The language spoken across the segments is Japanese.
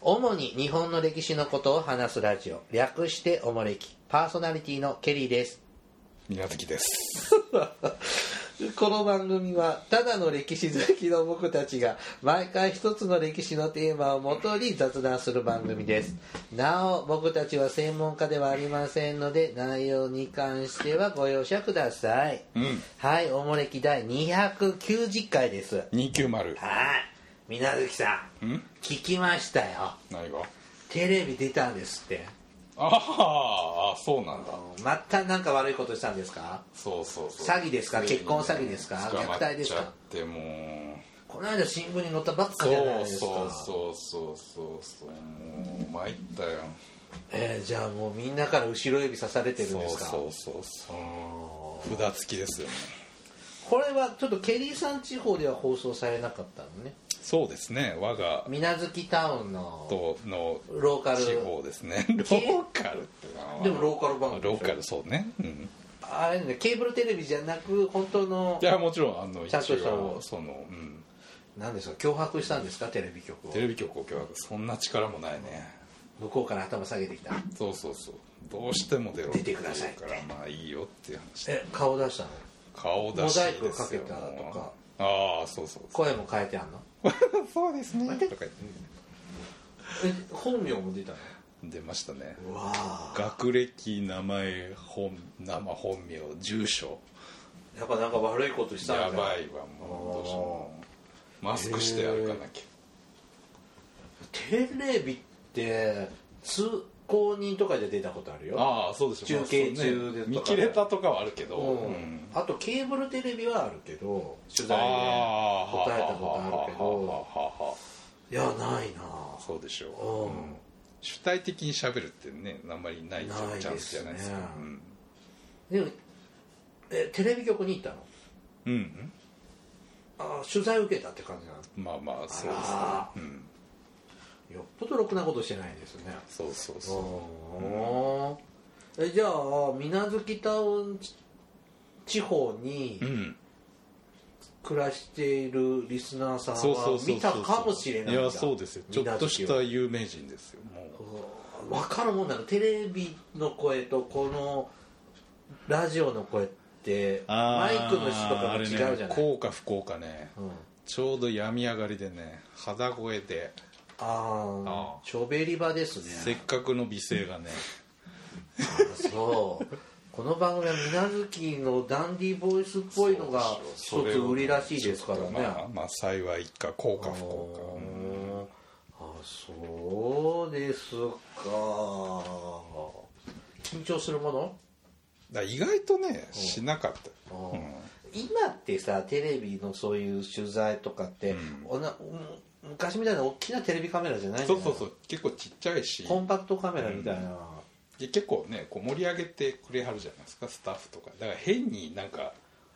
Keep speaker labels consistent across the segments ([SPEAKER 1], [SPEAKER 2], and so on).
[SPEAKER 1] 主に日本の歴史のことを話すラジオ略しておもれきパーソナリティのケリーです
[SPEAKER 2] 宮崎です
[SPEAKER 1] この番組はただの歴史好きの僕たちが毎回一つの歴史のテーマをもとに雑談する番組ですなお僕たちは専門家ではありませんので内容に関してはご容赦ください、
[SPEAKER 2] ん
[SPEAKER 1] はいおもれき第290回です
[SPEAKER 2] 290
[SPEAKER 1] はい皆月さん
[SPEAKER 2] ん
[SPEAKER 1] 聞きましたよ
[SPEAKER 2] 何が
[SPEAKER 1] テレビ出たんですって
[SPEAKER 2] ああそうなんだ
[SPEAKER 1] またなんか悪いことしたんですか
[SPEAKER 2] そうそうそう
[SPEAKER 1] 詐欺ですか結婚詐欺ですか
[SPEAKER 2] 捕まっ
[SPEAKER 1] 虐待ですか
[SPEAKER 2] ちゃってもう
[SPEAKER 1] この間新聞に載ったばっかじゃない
[SPEAKER 2] そう
[SPEAKER 1] ですか
[SPEAKER 2] そうそうそうそうそうもう参ったよ
[SPEAKER 1] えーじゃあもうみんなから後ろ指刺されてるん
[SPEAKER 2] そ
[SPEAKER 1] で
[SPEAKER 2] う
[SPEAKER 1] すか
[SPEAKER 2] そうそうそう札付きですよね
[SPEAKER 1] これはちょっとケリーさん地方では放送されなかったのね
[SPEAKER 2] そうですね我が
[SPEAKER 1] 水無月タウンの
[SPEAKER 2] との
[SPEAKER 1] ローカル
[SPEAKER 2] 地方ですねローカルってな
[SPEAKER 1] でもローカル番組でしょ
[SPEAKER 2] ローカルそうねうん
[SPEAKER 1] あれねケーブルテレビじゃなく本当の
[SPEAKER 2] いやもちろんあの
[SPEAKER 1] ちゃんと
[SPEAKER 2] 一
[SPEAKER 1] した
[SPEAKER 2] 応そのうん
[SPEAKER 1] 何ですか脅迫したんですかテレビ局を
[SPEAKER 2] テレビ局を脅迫そんな力もないね
[SPEAKER 1] 向こうから頭下げてきた
[SPEAKER 2] そうそうそうどうしても出ろ
[SPEAKER 1] 出てくださいって
[SPEAKER 2] からまあいいよっていう話
[SPEAKER 1] え顔出したの
[SPEAKER 2] 顔出しですよ
[SPEAKER 1] モザイクかけたとか
[SPEAKER 2] ああそうそう
[SPEAKER 1] 声も変えてあんの
[SPEAKER 2] そうですねとか言って
[SPEAKER 1] え本名も出たの
[SPEAKER 2] 出ましたね
[SPEAKER 1] うわあ
[SPEAKER 2] 学歴名前本生本名住所
[SPEAKER 1] やっぱなんか悪いことしたんだ
[SPEAKER 2] やばいわもうどうしようもマスクして歩かなきゃ
[SPEAKER 1] テレビって通行人とかじゃ出たことあるよ
[SPEAKER 2] ああそうですよ
[SPEAKER 1] 中継中でとか
[SPEAKER 2] 見切れたとかはあるけど、
[SPEAKER 1] うん
[SPEAKER 2] うん
[SPEAKER 1] あとケーブルテレビはあるけど取材で
[SPEAKER 2] ああ
[SPEAKER 1] 答えたことあるけど
[SPEAKER 2] ど
[SPEAKER 1] いやないな
[SPEAKER 2] そうでしょう、
[SPEAKER 1] うん
[SPEAKER 2] うん主体的に喋るってねあんまりないチ
[SPEAKER 1] ないですね
[SPEAKER 2] ャンスじゃないですか、うん
[SPEAKER 1] でもえテレビ局に行ったの
[SPEAKER 2] うんうん
[SPEAKER 1] あー取材受けたって感じなの
[SPEAKER 2] まあまあそうですね
[SPEAKER 1] あ
[SPEAKER 2] うん
[SPEAKER 1] よっぽどろくなことしてないですね
[SPEAKER 2] そうそう
[SPEAKER 1] お
[SPEAKER 2] そ
[SPEAKER 1] おえじゃあ水無月タウンち地方に
[SPEAKER 2] ううん
[SPEAKER 1] 暮らしているリスナーさん
[SPEAKER 2] そうそう
[SPEAKER 1] は
[SPEAKER 2] そうそう
[SPEAKER 1] 見たかもしれない
[SPEAKER 2] い
[SPEAKER 1] んだ
[SPEAKER 2] やそうですよちょっとし
[SPEAKER 1] 水無月を
[SPEAKER 2] た有名人ですよもう
[SPEAKER 1] 分かるもんなのテレビの声とこのラジオの声ってマイクの質とかも違うじゃない
[SPEAKER 2] あれね幸か不幸かね
[SPEAKER 1] うん、
[SPEAKER 2] ちょうど病み上がりでね肌声で
[SPEAKER 1] ああ
[SPEAKER 2] あ
[SPEAKER 1] チョベリバです
[SPEAKER 2] せっ
[SPEAKER 1] ね
[SPEAKER 2] かくの美声がね
[SPEAKER 1] そうこの番組は水無月のダンディーボイスっぽいのが一つ売りらしいですからね、
[SPEAKER 2] まあ、まあ幸いか幸か不幸かうん
[SPEAKER 1] ああそうですか緊張するもの
[SPEAKER 2] だから意外とねしなかったよ、うん
[SPEAKER 1] 今ってさテレビのそういう取材とかって、おなうん昔みたいな大きなテレビカメラじゃないんだ
[SPEAKER 2] そ
[SPEAKER 1] よ
[SPEAKER 2] うそうそう結構ちっちゃいし
[SPEAKER 1] コンパクトカメラみたいな、
[SPEAKER 2] で結構ねこう盛り上げてくれはるじゃないですかスタッフとかだから変になんか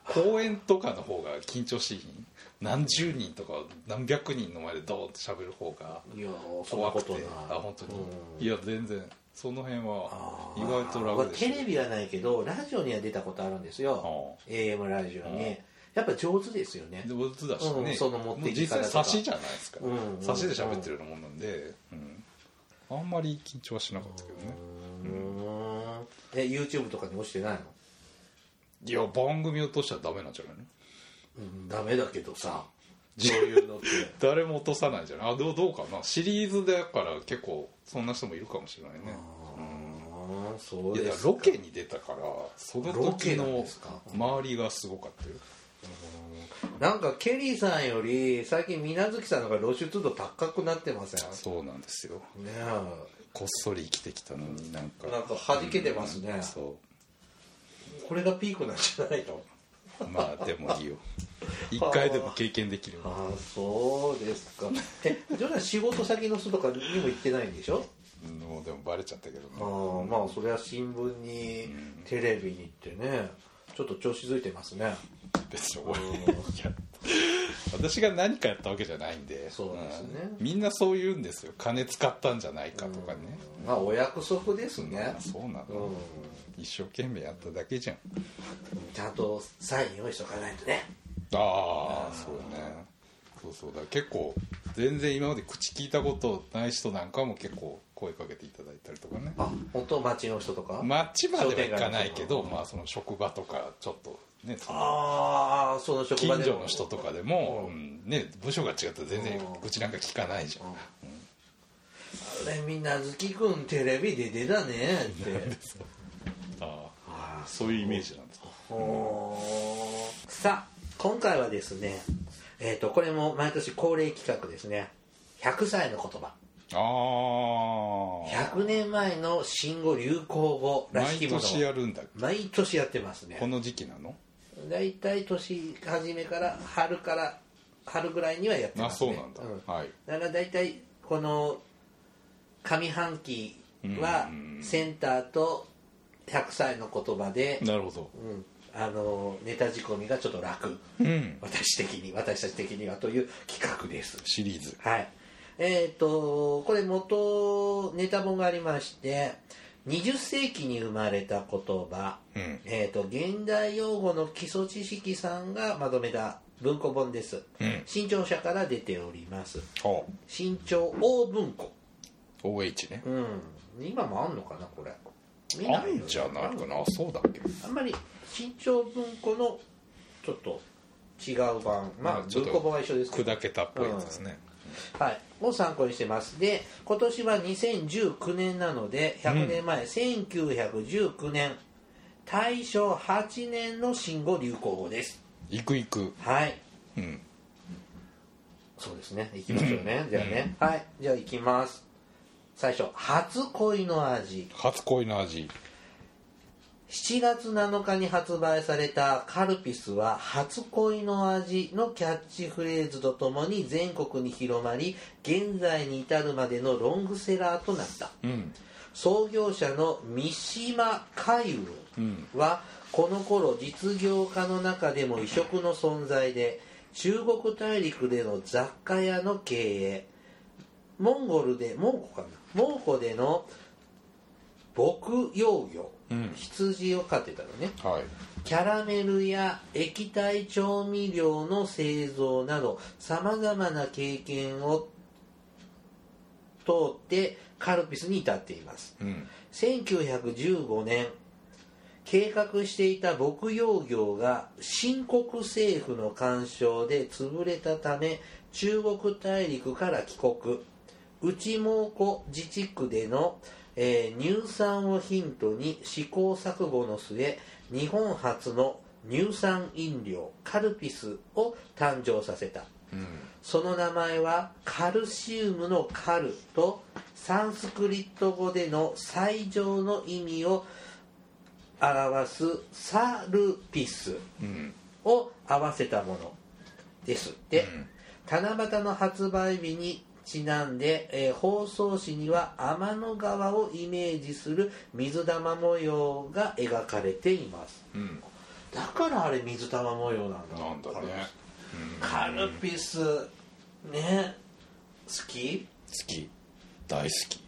[SPEAKER 2] 公演とかの方が緊張しいひん何十人とか何百人の前でドーンと喋る方が
[SPEAKER 1] いやそんな
[SPEAKER 2] 怖
[SPEAKER 1] こ
[SPEAKER 2] く
[SPEAKER 1] と
[SPEAKER 2] て
[SPEAKER 1] ない
[SPEAKER 2] あ本当に、いや全然その辺は意外と
[SPEAKER 1] まあ
[SPEAKER 2] 楽です
[SPEAKER 1] テレビはないけどラジオには出たことあるんですよ AM ラジオに、やっぱ上手ですよね
[SPEAKER 2] 上手だしね、
[SPEAKER 1] うんその持って
[SPEAKER 2] もう
[SPEAKER 1] いき
[SPEAKER 2] 実
[SPEAKER 1] 方とか
[SPEAKER 2] 際差しじゃないですか、
[SPEAKER 1] うんうんうん
[SPEAKER 2] 差しで喋ってるようなもんなんで、うんあんまり緊張はしなかったけどね、
[SPEAKER 1] うんえ YouTube とかに落ちてないの、
[SPEAKER 2] いや番組を通したらダメなんじゃないの
[SPEAKER 1] うん、ダメだけどさそういう のって
[SPEAKER 2] 誰も落とさないじゃないあどうどうかなシリーズだから結構そんな人もいるかもしれないね
[SPEAKER 1] ああそうで
[SPEAKER 2] いやだから
[SPEAKER 1] すか
[SPEAKER 2] ロケに出たからその
[SPEAKER 1] ロケ
[SPEAKER 2] 時
[SPEAKER 1] なん
[SPEAKER 2] の
[SPEAKER 1] ですか
[SPEAKER 2] 周りがすごかったよ
[SPEAKER 1] なんかケリーさんより最近水無月さんの方が露出度高くなってません
[SPEAKER 2] そうなんですよ
[SPEAKER 1] ね
[SPEAKER 2] こっそり生きてきたのになんか
[SPEAKER 1] えなんか弾けてますね、
[SPEAKER 2] そ
[SPEAKER 1] これがピークなんじゃないの
[SPEAKER 2] うまあでも いいよ一回でも経験できる
[SPEAKER 1] ああそうですかえジョナ仕事先の人とかにも行ってないんでしょ
[SPEAKER 2] もうでもバレちゃったけどね
[SPEAKER 1] ああまあそれは新聞にテレビにってねちょっと調子づいてますね
[SPEAKER 2] 別に俺 いや私が何かやったわけじゃないんで
[SPEAKER 1] そうですね
[SPEAKER 2] うんみんなそう言うんですよ金使ったんじゃないかとかね、
[SPEAKER 1] まあお約束ですね
[SPEAKER 2] そうな
[SPEAKER 1] う
[SPEAKER 2] の、一生懸命やっただけじゃん
[SPEAKER 1] んちゃんとサイン用意しとかないとね
[SPEAKER 2] ああそうねそうそうだ結構全然今まで口聞いたことない人なんかも結構声かけていただいたりとかね
[SPEAKER 1] あ本当街の人とか、
[SPEAKER 2] 街まではいかないけ
[SPEAKER 1] 商店街の人と
[SPEAKER 2] ど、
[SPEAKER 1] か
[SPEAKER 2] まあ、その職場とかちょっとねその
[SPEAKER 1] ああその職場で
[SPEAKER 2] 近所の人とかでも、
[SPEAKER 1] う
[SPEAKER 2] うんね、部署が違ったら全然
[SPEAKER 1] うん
[SPEAKER 2] 愚痴なんか聞かないじゃん、
[SPEAKER 1] あれみなずきくんテレビで出たねって
[SPEAKER 2] ああそういうイメージなんですか
[SPEAKER 1] ほーさあ今回はですねえっ、とこれも毎年恒例企画ですね100歳の言葉
[SPEAKER 2] ああ
[SPEAKER 1] 100年前の新語・流行語らしき
[SPEAKER 2] 毎
[SPEAKER 1] もの
[SPEAKER 2] 年やるんだ
[SPEAKER 1] 毎年やってますね
[SPEAKER 2] この時期なの
[SPEAKER 1] 大体年初めから春から春ぐらいにはやってま
[SPEAKER 2] あ
[SPEAKER 1] す
[SPEAKER 2] そう
[SPEAKER 1] ね
[SPEAKER 2] なんだ、
[SPEAKER 1] うん
[SPEAKER 2] はい
[SPEAKER 1] だから大体この上半期は
[SPEAKER 2] うん
[SPEAKER 1] センターと100歳の言葉で、
[SPEAKER 2] なるほど
[SPEAKER 1] うん、あのネタ仕込みがちょっと楽
[SPEAKER 2] うん
[SPEAKER 1] 私的に私たち的にはという企画です
[SPEAKER 2] シリーズ
[SPEAKER 1] はいえっ、とこれ元ネタ本がありまして20世紀に生まれた言葉、
[SPEAKER 2] うん
[SPEAKER 1] えっ、と現代用語の基礎知識さんがまとめた文庫本です、
[SPEAKER 2] うん
[SPEAKER 1] 新潮社から出ております
[SPEAKER 2] お
[SPEAKER 1] 新潮大文庫
[SPEAKER 2] OH ね
[SPEAKER 1] うん今もあんのかなこれ見
[SPEAKER 2] あ
[SPEAKER 1] よ
[SPEAKER 2] んじゃないかなあそうだっけ
[SPEAKER 1] あんまり新潮文庫のちょっと違う版まあ
[SPEAKER 2] まあちょ
[SPEAKER 1] 文
[SPEAKER 2] っと
[SPEAKER 1] 庫本は一緒ですけど
[SPEAKER 2] 砕けたっぽいやつですね、
[SPEAKER 1] はい、を参考にしてますで今年は2019年なので100年前、1919年大正8年の新語・流行語です
[SPEAKER 2] いくいく
[SPEAKER 1] はい
[SPEAKER 2] うん
[SPEAKER 1] そうですねいきますよねじゃあね、はいじゃあいきます最初初恋の味
[SPEAKER 2] 初恋の味
[SPEAKER 1] 7月7日に発売されたカルピスは初恋の味のキャッチフレーズとともに全国に広まり現在に至るまでのロングセラーとなった
[SPEAKER 2] うん
[SPEAKER 1] 創業者の三島海
[SPEAKER 2] うん
[SPEAKER 1] 雲はこの頃実業家の中でも異色の存在で中国大陸での雑貨屋の経営モンゴルでモンゴかなモンゴでの牧羊魚、
[SPEAKER 2] うん
[SPEAKER 1] 羊を飼ってたのね
[SPEAKER 2] はい
[SPEAKER 1] キャラメルや液体調味料の製造などさまざまな経験を通ってカルピスに至っています
[SPEAKER 2] うん
[SPEAKER 1] 1915年計画していた牧羊業が新国政府の干渉で潰れたため中国大陸から帰国内蒙古自治区での、えー乳酸をヒントに試行錯誤の末日本初の乳酸飲料カルピスを誕生させた
[SPEAKER 2] うん
[SPEAKER 1] その名前はカルシウムのカルとサンスクリット語での最上の意味を表すサルピス
[SPEAKER 2] うん
[SPEAKER 1] を合わせたものですって、七夕の発売日にちなんで、えー包装紙には天の川をイメージする水玉模様が描かれています
[SPEAKER 2] うん
[SPEAKER 1] だからあれ水玉模様なんだ
[SPEAKER 2] なんだねうん
[SPEAKER 1] カルピスね好き
[SPEAKER 2] 好き大好き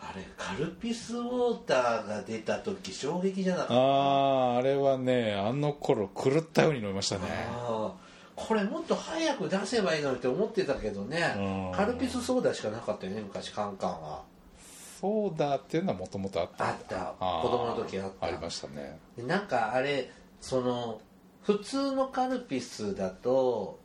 [SPEAKER 1] あれカルピスウォーターが出た時衝撃じゃなかった
[SPEAKER 2] あああれはねあの頃狂ったように飲みましたね
[SPEAKER 1] あーこれもっと早く出せばいいのにって思ってたけどね
[SPEAKER 2] うん
[SPEAKER 1] カルピスソーダしかなかったよね昔カンカンは
[SPEAKER 2] ソーダっていうのはもともとあった
[SPEAKER 1] あった
[SPEAKER 2] あー
[SPEAKER 1] 子供の時あった
[SPEAKER 2] ありましたね
[SPEAKER 1] でなんかあれその普通のカルピスだと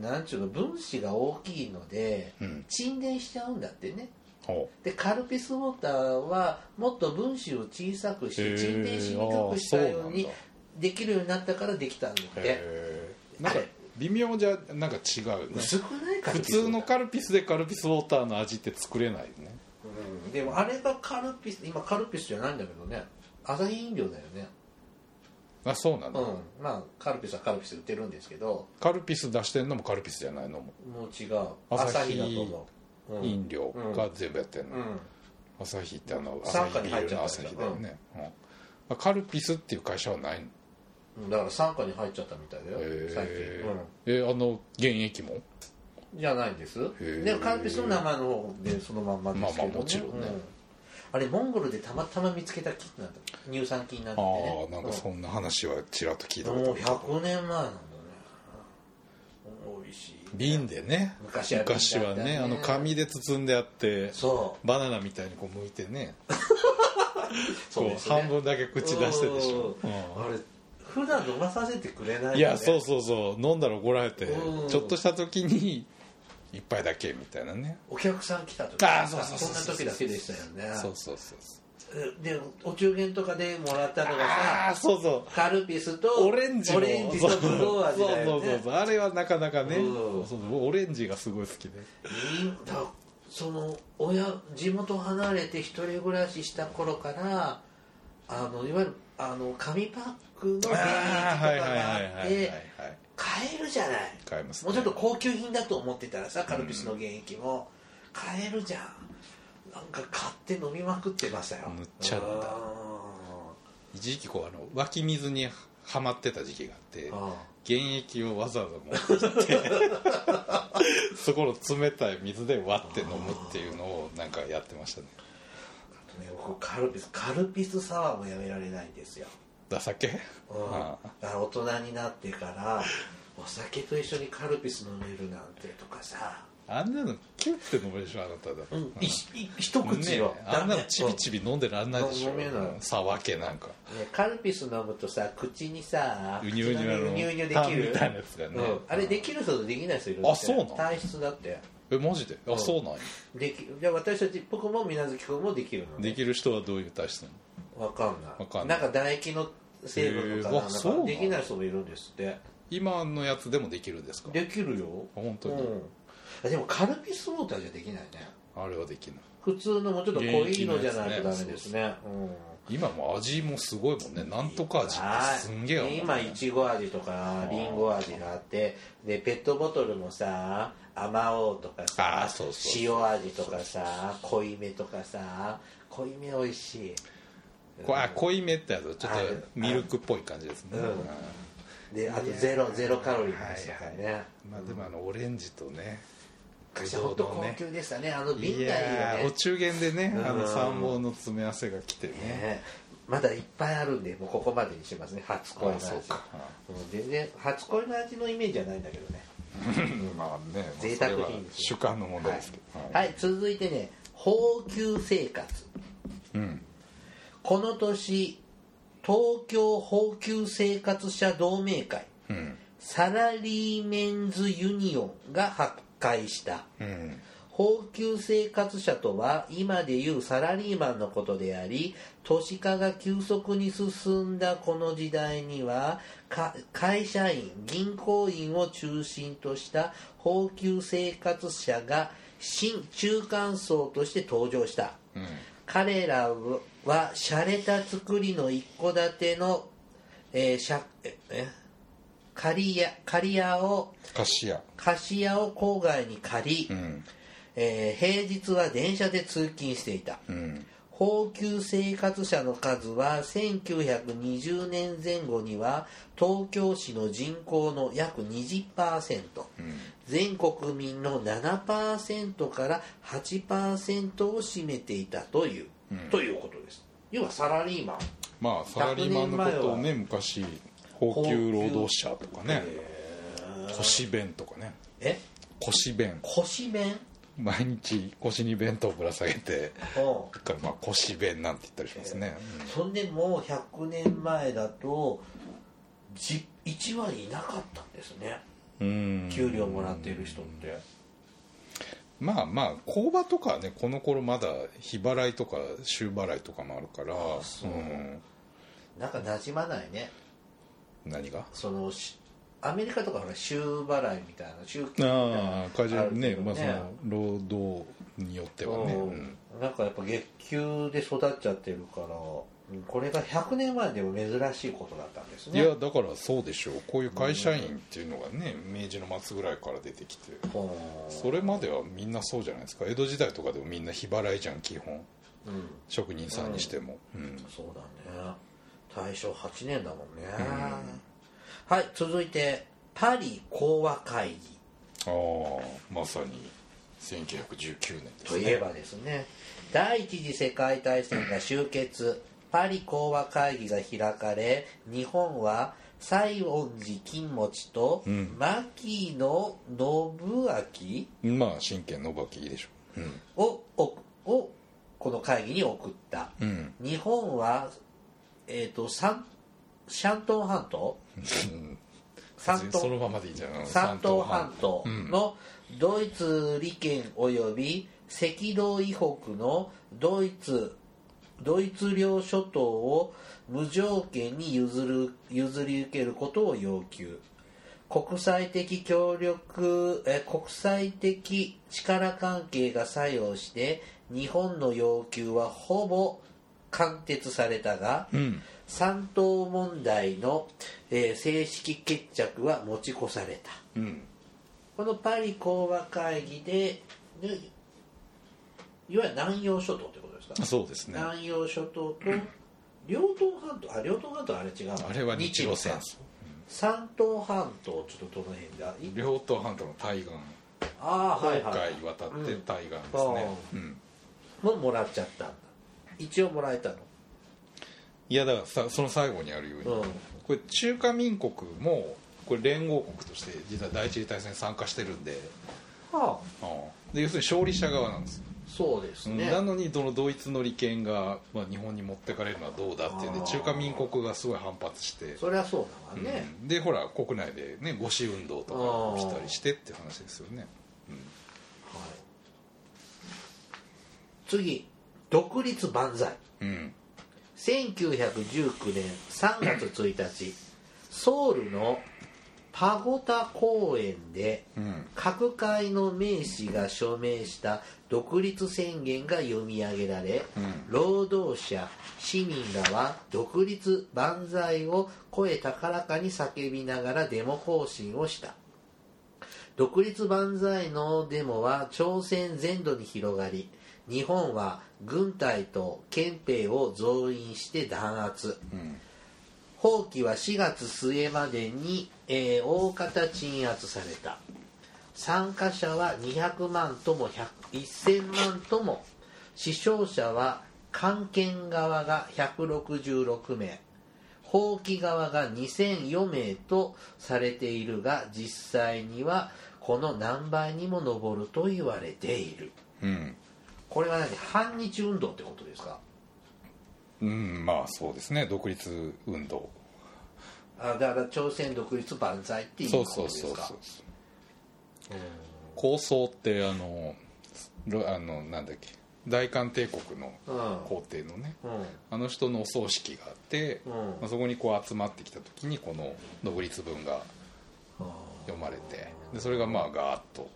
[SPEAKER 1] なんちゅうの分子が大きいので
[SPEAKER 2] うん
[SPEAKER 1] 沈殿しちゃうんだってね
[SPEAKER 2] ほ
[SPEAKER 1] でカルピスウォーターはもっと分子を小さくして
[SPEAKER 2] へー
[SPEAKER 1] 沈殿しにくくしたように
[SPEAKER 2] あーそう
[SPEAKER 1] できるようになったからできたんだ
[SPEAKER 2] う
[SPEAKER 1] って
[SPEAKER 2] へえなんか微妙じゃなんか違うね
[SPEAKER 1] 薄くないカル
[SPEAKER 2] 普
[SPEAKER 1] ピスウォーター
[SPEAKER 2] 通のカルピスでカルピスウォーターの味って作れないよね
[SPEAKER 1] うんでもあれがカルピス今カルピスじゃないんだけどねアサヒ飲料だよね
[SPEAKER 2] あそうなん
[SPEAKER 1] う
[SPEAKER 2] だ、
[SPEAKER 1] んまあカルピスはカルピスで売ってるんですけど
[SPEAKER 2] カルピス出してんのもカルピスじゃないのも、
[SPEAKER 1] もう違うア
[SPEAKER 2] ア
[SPEAKER 1] サ
[SPEAKER 2] サ
[SPEAKER 1] ヒ
[SPEAKER 2] ヒ
[SPEAKER 1] だと思ううん
[SPEAKER 2] 飲料が全部やってんの、
[SPEAKER 1] うん
[SPEAKER 2] アサヒってあのアサ
[SPEAKER 1] 傘下
[SPEAKER 2] ヒビ
[SPEAKER 1] に
[SPEAKER 2] ー
[SPEAKER 1] 入っ
[SPEAKER 2] ル
[SPEAKER 1] ち
[SPEAKER 2] の
[SPEAKER 1] ゃ
[SPEAKER 2] ア
[SPEAKER 1] った
[SPEAKER 2] サ
[SPEAKER 1] んだ
[SPEAKER 2] ヒだよね、うんまあカルピスっていう会社はないの
[SPEAKER 1] うんだから傘下に入っちゃったみたいだよ最近
[SPEAKER 2] え
[SPEAKER 1] うん
[SPEAKER 2] ーえあの現役も
[SPEAKER 1] じゃないんです
[SPEAKER 2] ー
[SPEAKER 1] でもカルピスの名前の方でそのまんまですけど、ね
[SPEAKER 2] まあまあもちろんね
[SPEAKER 1] うあれモンゴルでたまたま見つけた菌なんだ乳酸菌なんだってね
[SPEAKER 2] ああなんかそんな話はちらっと聞いた
[SPEAKER 1] うん
[SPEAKER 2] こ
[SPEAKER 1] も
[SPEAKER 2] と
[SPEAKER 1] う
[SPEAKER 2] ある
[SPEAKER 1] 100年前なんだね美味いし
[SPEAKER 2] 瓶でね
[SPEAKER 1] 昔は瓶だった
[SPEAKER 2] 昔
[SPEAKER 1] ね
[SPEAKER 2] はねあの紙で包んであって
[SPEAKER 1] そう
[SPEAKER 2] バナナみたいにこう剥いてね
[SPEAKER 1] そう
[SPEAKER 2] こ
[SPEAKER 1] で
[SPEAKER 2] う
[SPEAKER 1] すね
[SPEAKER 2] 半分だけ口出してでしょ、
[SPEAKER 1] うん
[SPEAKER 2] うん
[SPEAKER 1] あれ普段飲まさせてくれないよね
[SPEAKER 2] いやそうそうそう飲んだら怒られて
[SPEAKER 1] うん
[SPEAKER 2] ちょっとした時に一杯だけみたいなね
[SPEAKER 1] お客さん来た時
[SPEAKER 2] あーそうそうそう
[SPEAKER 1] そんな時だけでしたよね
[SPEAKER 2] そうそうそうそう
[SPEAKER 1] でお中元とかでもらったのが
[SPEAKER 2] ああ
[SPEAKER 1] さ
[SPEAKER 2] そうそう
[SPEAKER 1] カルピスと
[SPEAKER 2] オレンジ
[SPEAKER 1] オ
[SPEAKER 2] の
[SPEAKER 1] レンジとブドウ味だよ、ね、
[SPEAKER 2] そうそうそうそうあれはなかなかね
[SPEAKER 1] うん
[SPEAKER 2] そうそうオレンジがすごい好きで
[SPEAKER 1] みんなその親地元離れて一人暮らしした頃からあのいわゆるあの紙パックの瓶とか
[SPEAKER 2] ああはいはい
[SPEAKER 1] があっ
[SPEAKER 2] はいはいはい
[SPEAKER 1] て買えるじゃない
[SPEAKER 2] 買えます
[SPEAKER 1] も
[SPEAKER 2] ね
[SPEAKER 1] うちょっと高級品だと思ってたらさカルピスの原液も買えるじゃんなんか買って飲みまくってましたよ
[SPEAKER 2] 塗っちゃうんだ
[SPEAKER 1] うん
[SPEAKER 2] 一時期こうあの湧き水にはまってた時期があって
[SPEAKER 1] あ
[SPEAKER 2] 原液をわざわざ持ってきてそこの冷たい水で割って飲むっていうのをなんかやってましたね
[SPEAKER 1] とね僕カルピスカルピスサワーもやめられないんですよ
[SPEAKER 2] だ酒
[SPEAKER 1] うんだ
[SPEAKER 2] あ
[SPEAKER 1] から大人になってからお酒と一緒にカルピス飲めるなんてとかさ、
[SPEAKER 2] ああんなのキュッて飲めるでしょあなただと
[SPEAKER 1] いい一口よ、
[SPEAKER 2] ねえあんなのちびち
[SPEAKER 1] び、
[SPEAKER 2] び飲んでらんないでしょ
[SPEAKER 1] 飲めない
[SPEAKER 2] さわけなんか
[SPEAKER 1] うんね、カルピス飲むとさ口にさ
[SPEAKER 2] うにゅうにゅう
[SPEAKER 1] 口の中
[SPEAKER 2] の
[SPEAKER 1] にうにゅうにゅうで
[SPEAKER 2] タ
[SPEAKER 1] き
[SPEAKER 2] ンみ
[SPEAKER 1] る
[SPEAKER 2] たいなやつがね
[SPEAKER 1] うん、あれできる人とできない人いるん
[SPEAKER 2] あそうなの
[SPEAKER 1] 体質だって
[SPEAKER 2] えマジであそうなんや
[SPEAKER 1] できじゃあ私たち僕も水無月君もできるの
[SPEAKER 2] できる人はどういう体質なの
[SPEAKER 1] わかんない
[SPEAKER 2] わかんない
[SPEAKER 1] んか唾液の成分とか
[SPEAKER 2] へえ
[SPEAKER 1] な
[SPEAKER 2] あ
[SPEAKER 1] ん
[SPEAKER 2] そうな
[SPEAKER 1] か
[SPEAKER 2] の
[SPEAKER 1] できない人もいるんですって
[SPEAKER 2] 今のやつでもできるんですか
[SPEAKER 1] できるよ
[SPEAKER 2] あ本当に
[SPEAKER 1] うんあでもカルピスウォーターじゃできないね
[SPEAKER 2] あれはできない
[SPEAKER 1] 普通のもうちょっと濃いのじゃないとダメですねうん
[SPEAKER 2] 今も味もすごいもんねなんとか味ってすんげえあるもんね
[SPEAKER 1] 今いちご味とかりんご味があってでペットボトルもさあまおうとか
[SPEAKER 2] あ
[SPEAKER 1] さ
[SPEAKER 2] ーそうそう
[SPEAKER 1] 塩味とかさ濃いめとかさ濃いめ美味しい
[SPEAKER 2] こあ濃いめってやつちょっと
[SPEAKER 1] はい
[SPEAKER 2] ミルクっぽい感じですね、
[SPEAKER 1] うん
[SPEAKER 2] うん
[SPEAKER 1] であとゼロゼロカロリーのやつとか
[SPEAKER 2] はい
[SPEAKER 1] ね
[SPEAKER 2] まあ、でもあのオレンジとねぶ
[SPEAKER 1] 昔は
[SPEAKER 2] ど
[SPEAKER 1] 本
[SPEAKER 2] う
[SPEAKER 1] 当
[SPEAKER 2] の
[SPEAKER 1] 高
[SPEAKER 2] ね
[SPEAKER 1] 級でしたねあの瓶がいい
[SPEAKER 2] い
[SPEAKER 1] よ
[SPEAKER 2] やーお
[SPEAKER 1] ね
[SPEAKER 2] 中元でね、あ
[SPEAKER 1] うん
[SPEAKER 2] の三本の詰め合わせが来てね
[SPEAKER 1] ねまだいっぱいあるんでもうここまでにしますね初恋の
[SPEAKER 2] あ
[SPEAKER 1] 味
[SPEAKER 2] そうか
[SPEAKER 1] うん全然初恋の味のイメージじゃないんだけどね
[SPEAKER 2] まあね
[SPEAKER 1] 贅沢品
[SPEAKER 2] それは主観の問題ですけど、はい
[SPEAKER 1] はい、続いてね法給生活
[SPEAKER 2] うん、
[SPEAKER 1] この年東京法給生活者同盟会
[SPEAKER 2] うん
[SPEAKER 1] サラリーメンズユニオンが発会した
[SPEAKER 2] うん
[SPEAKER 1] 法給生活者とは今でいうサラリーマンのことであり都市化が急速に進んだこの時代にはか会社員銀行員を中心とした法給生活者が新中間層として登場した
[SPEAKER 2] うん
[SPEAKER 1] 彼らは洒落た作りの一戸建ての、えーしゃええ借り家借り家を
[SPEAKER 2] 菓子屋
[SPEAKER 1] 貸し家を郊外に借り、
[SPEAKER 2] うん
[SPEAKER 1] えー平日は電車で通勤していた
[SPEAKER 2] うん
[SPEAKER 1] 法給生活者の数は1920年前後には東京市の人口の約20%、全国民の7%から8%を占めていたという、ということです要はサラリーマン
[SPEAKER 2] まあサラリーマンのことをね昔高級労働者とかね腰弁とかね
[SPEAKER 1] え
[SPEAKER 2] 腰弁
[SPEAKER 1] 腰 面
[SPEAKER 2] 毎日腰に弁当ぶら下げて
[SPEAKER 1] うん
[SPEAKER 2] だからまあ腰弁なんて言ったりしますね、
[SPEAKER 1] そんでもう100年前だとじ1割いなかったんですね
[SPEAKER 2] うん、
[SPEAKER 1] 給料もらっている人って
[SPEAKER 2] まあまあ工場とかはねこの頃まだ日払いとか週払いとかもあるから
[SPEAKER 1] そうんなんか馴染まないね
[SPEAKER 2] 何が
[SPEAKER 1] そのしアメリカとかほら週払いみたいな週休みたいな
[SPEAKER 2] ああ会社
[SPEAKER 1] るけど
[SPEAKER 2] ねまあその労働によってはね、
[SPEAKER 1] う
[SPEAKER 2] うん
[SPEAKER 1] んなんかやっぱ月給で育っちゃってるからうんこれが100年前でも珍しいことだったんです
[SPEAKER 2] い
[SPEAKER 1] ね
[SPEAKER 2] やだからそうでしょうこういう会社員っていうのがね明治の末ぐらいから出てきて
[SPEAKER 1] うん
[SPEAKER 2] それまではみんなそうじゃないですか江戸時代とかでもみんな日払いじゃん基本
[SPEAKER 1] うん
[SPEAKER 2] 職人さんにしても、うん
[SPEAKER 1] そうだね大正8年だもんね、はい続いてパリ講和会議
[SPEAKER 2] ああまさに1919年です
[SPEAKER 1] といえばですね第一次世界大戦が終結パリ講和会議が開かれ日本は西園寺金持と
[SPEAKER 2] うん
[SPEAKER 1] 牧野信
[SPEAKER 2] まあ真剣のばきいいでしょ
[SPEAKER 1] 明をををこの会議に送った
[SPEAKER 2] ううん、
[SPEAKER 1] 日本は、えー、と山シャントン半島
[SPEAKER 2] うん、
[SPEAKER 1] 山
[SPEAKER 2] 別にそ
[SPEAKER 1] 東
[SPEAKER 2] のままでいいじゃん
[SPEAKER 1] 山東半
[SPEAKER 2] 半
[SPEAKER 1] 島のドイツ利権及び赤道以北のドイツドイツ領諸島を無条件に譲る譲り受けることを要求国際的協力え国際的力関係が作用して日本の要求はほぼ貫徹されたが、
[SPEAKER 2] うん
[SPEAKER 1] 三島問題の、えー正式決着は持ち越された
[SPEAKER 2] うん
[SPEAKER 1] このパリ講和会議ででいわゆる南洋諸島ってことですか、
[SPEAKER 2] そうですねあ
[SPEAKER 1] 南洋諸 島と両東半島あ両東半島はあれ違うな
[SPEAKER 2] れは日露戦
[SPEAKER 1] か
[SPEAKER 2] 争
[SPEAKER 1] 三島半島ちょっとどの辺だい
[SPEAKER 2] 両党半島の対岸
[SPEAKER 1] ああは
[SPEAKER 2] 東
[SPEAKER 1] いはい
[SPEAKER 2] 海渡っ
[SPEAKER 1] う
[SPEAKER 2] て
[SPEAKER 1] ん
[SPEAKER 2] 対岸ですね、うん
[SPEAKER 1] もうもらっちゃったんだ一応もらえたの
[SPEAKER 2] いやだからさその最後にあるように、
[SPEAKER 1] うん
[SPEAKER 2] これ中華民国もこれ連合国として実は第一次大戦に参加してるんで
[SPEAKER 1] はあ
[SPEAKER 2] で要するに勝利者側なんですよ、
[SPEAKER 1] そうですね
[SPEAKER 2] なのにどのドイツの利権が、まあ、日本に持ってかれるのはどうだっていうんで
[SPEAKER 1] あー
[SPEAKER 2] 中華民国がすごい反発して、
[SPEAKER 1] そりゃそうだわね、
[SPEAKER 2] うんでほら国内でね護市運動とか起きたりしてっていう話ですよね
[SPEAKER 1] はい、次独立万歳
[SPEAKER 2] うん
[SPEAKER 1] 1919年3月1日ソウルのパゴタ公園で
[SPEAKER 2] うん
[SPEAKER 1] 各界の名士が署名した独立宣言が読み上げられ、労働者市民らは独立万歳を声高らかに叫びながらデモ行進をした独立万歳のデモは朝鮮全土に広がり日本は軍隊と憲兵を増員して弾圧、
[SPEAKER 2] ん
[SPEAKER 1] 放棄は4月末までに、えー大方鎮圧された参加者は200万とも100 1000万とも死傷者は官憲側が166名法規側が2004名とされているが実際にはこの何倍にも上ると言われている
[SPEAKER 2] うん
[SPEAKER 1] これは何反日運動ってことですか
[SPEAKER 2] うんまあそうですね独立運動
[SPEAKER 1] あだから朝鮮独立万歳っていう
[SPEAKER 2] そ
[SPEAKER 1] こ
[SPEAKER 2] う
[SPEAKER 1] と
[SPEAKER 2] そう
[SPEAKER 1] ですか
[SPEAKER 2] そうそう構想ってあのろあのなんだっけ大韓帝国の
[SPEAKER 1] う
[SPEAKER 2] 皇帝のね
[SPEAKER 1] ん、うん
[SPEAKER 2] あの人のお葬式があって、
[SPEAKER 1] うん
[SPEAKER 2] まあ、そこにこう集まってきた時にこの独立文が読まれてでそれがまあガーッと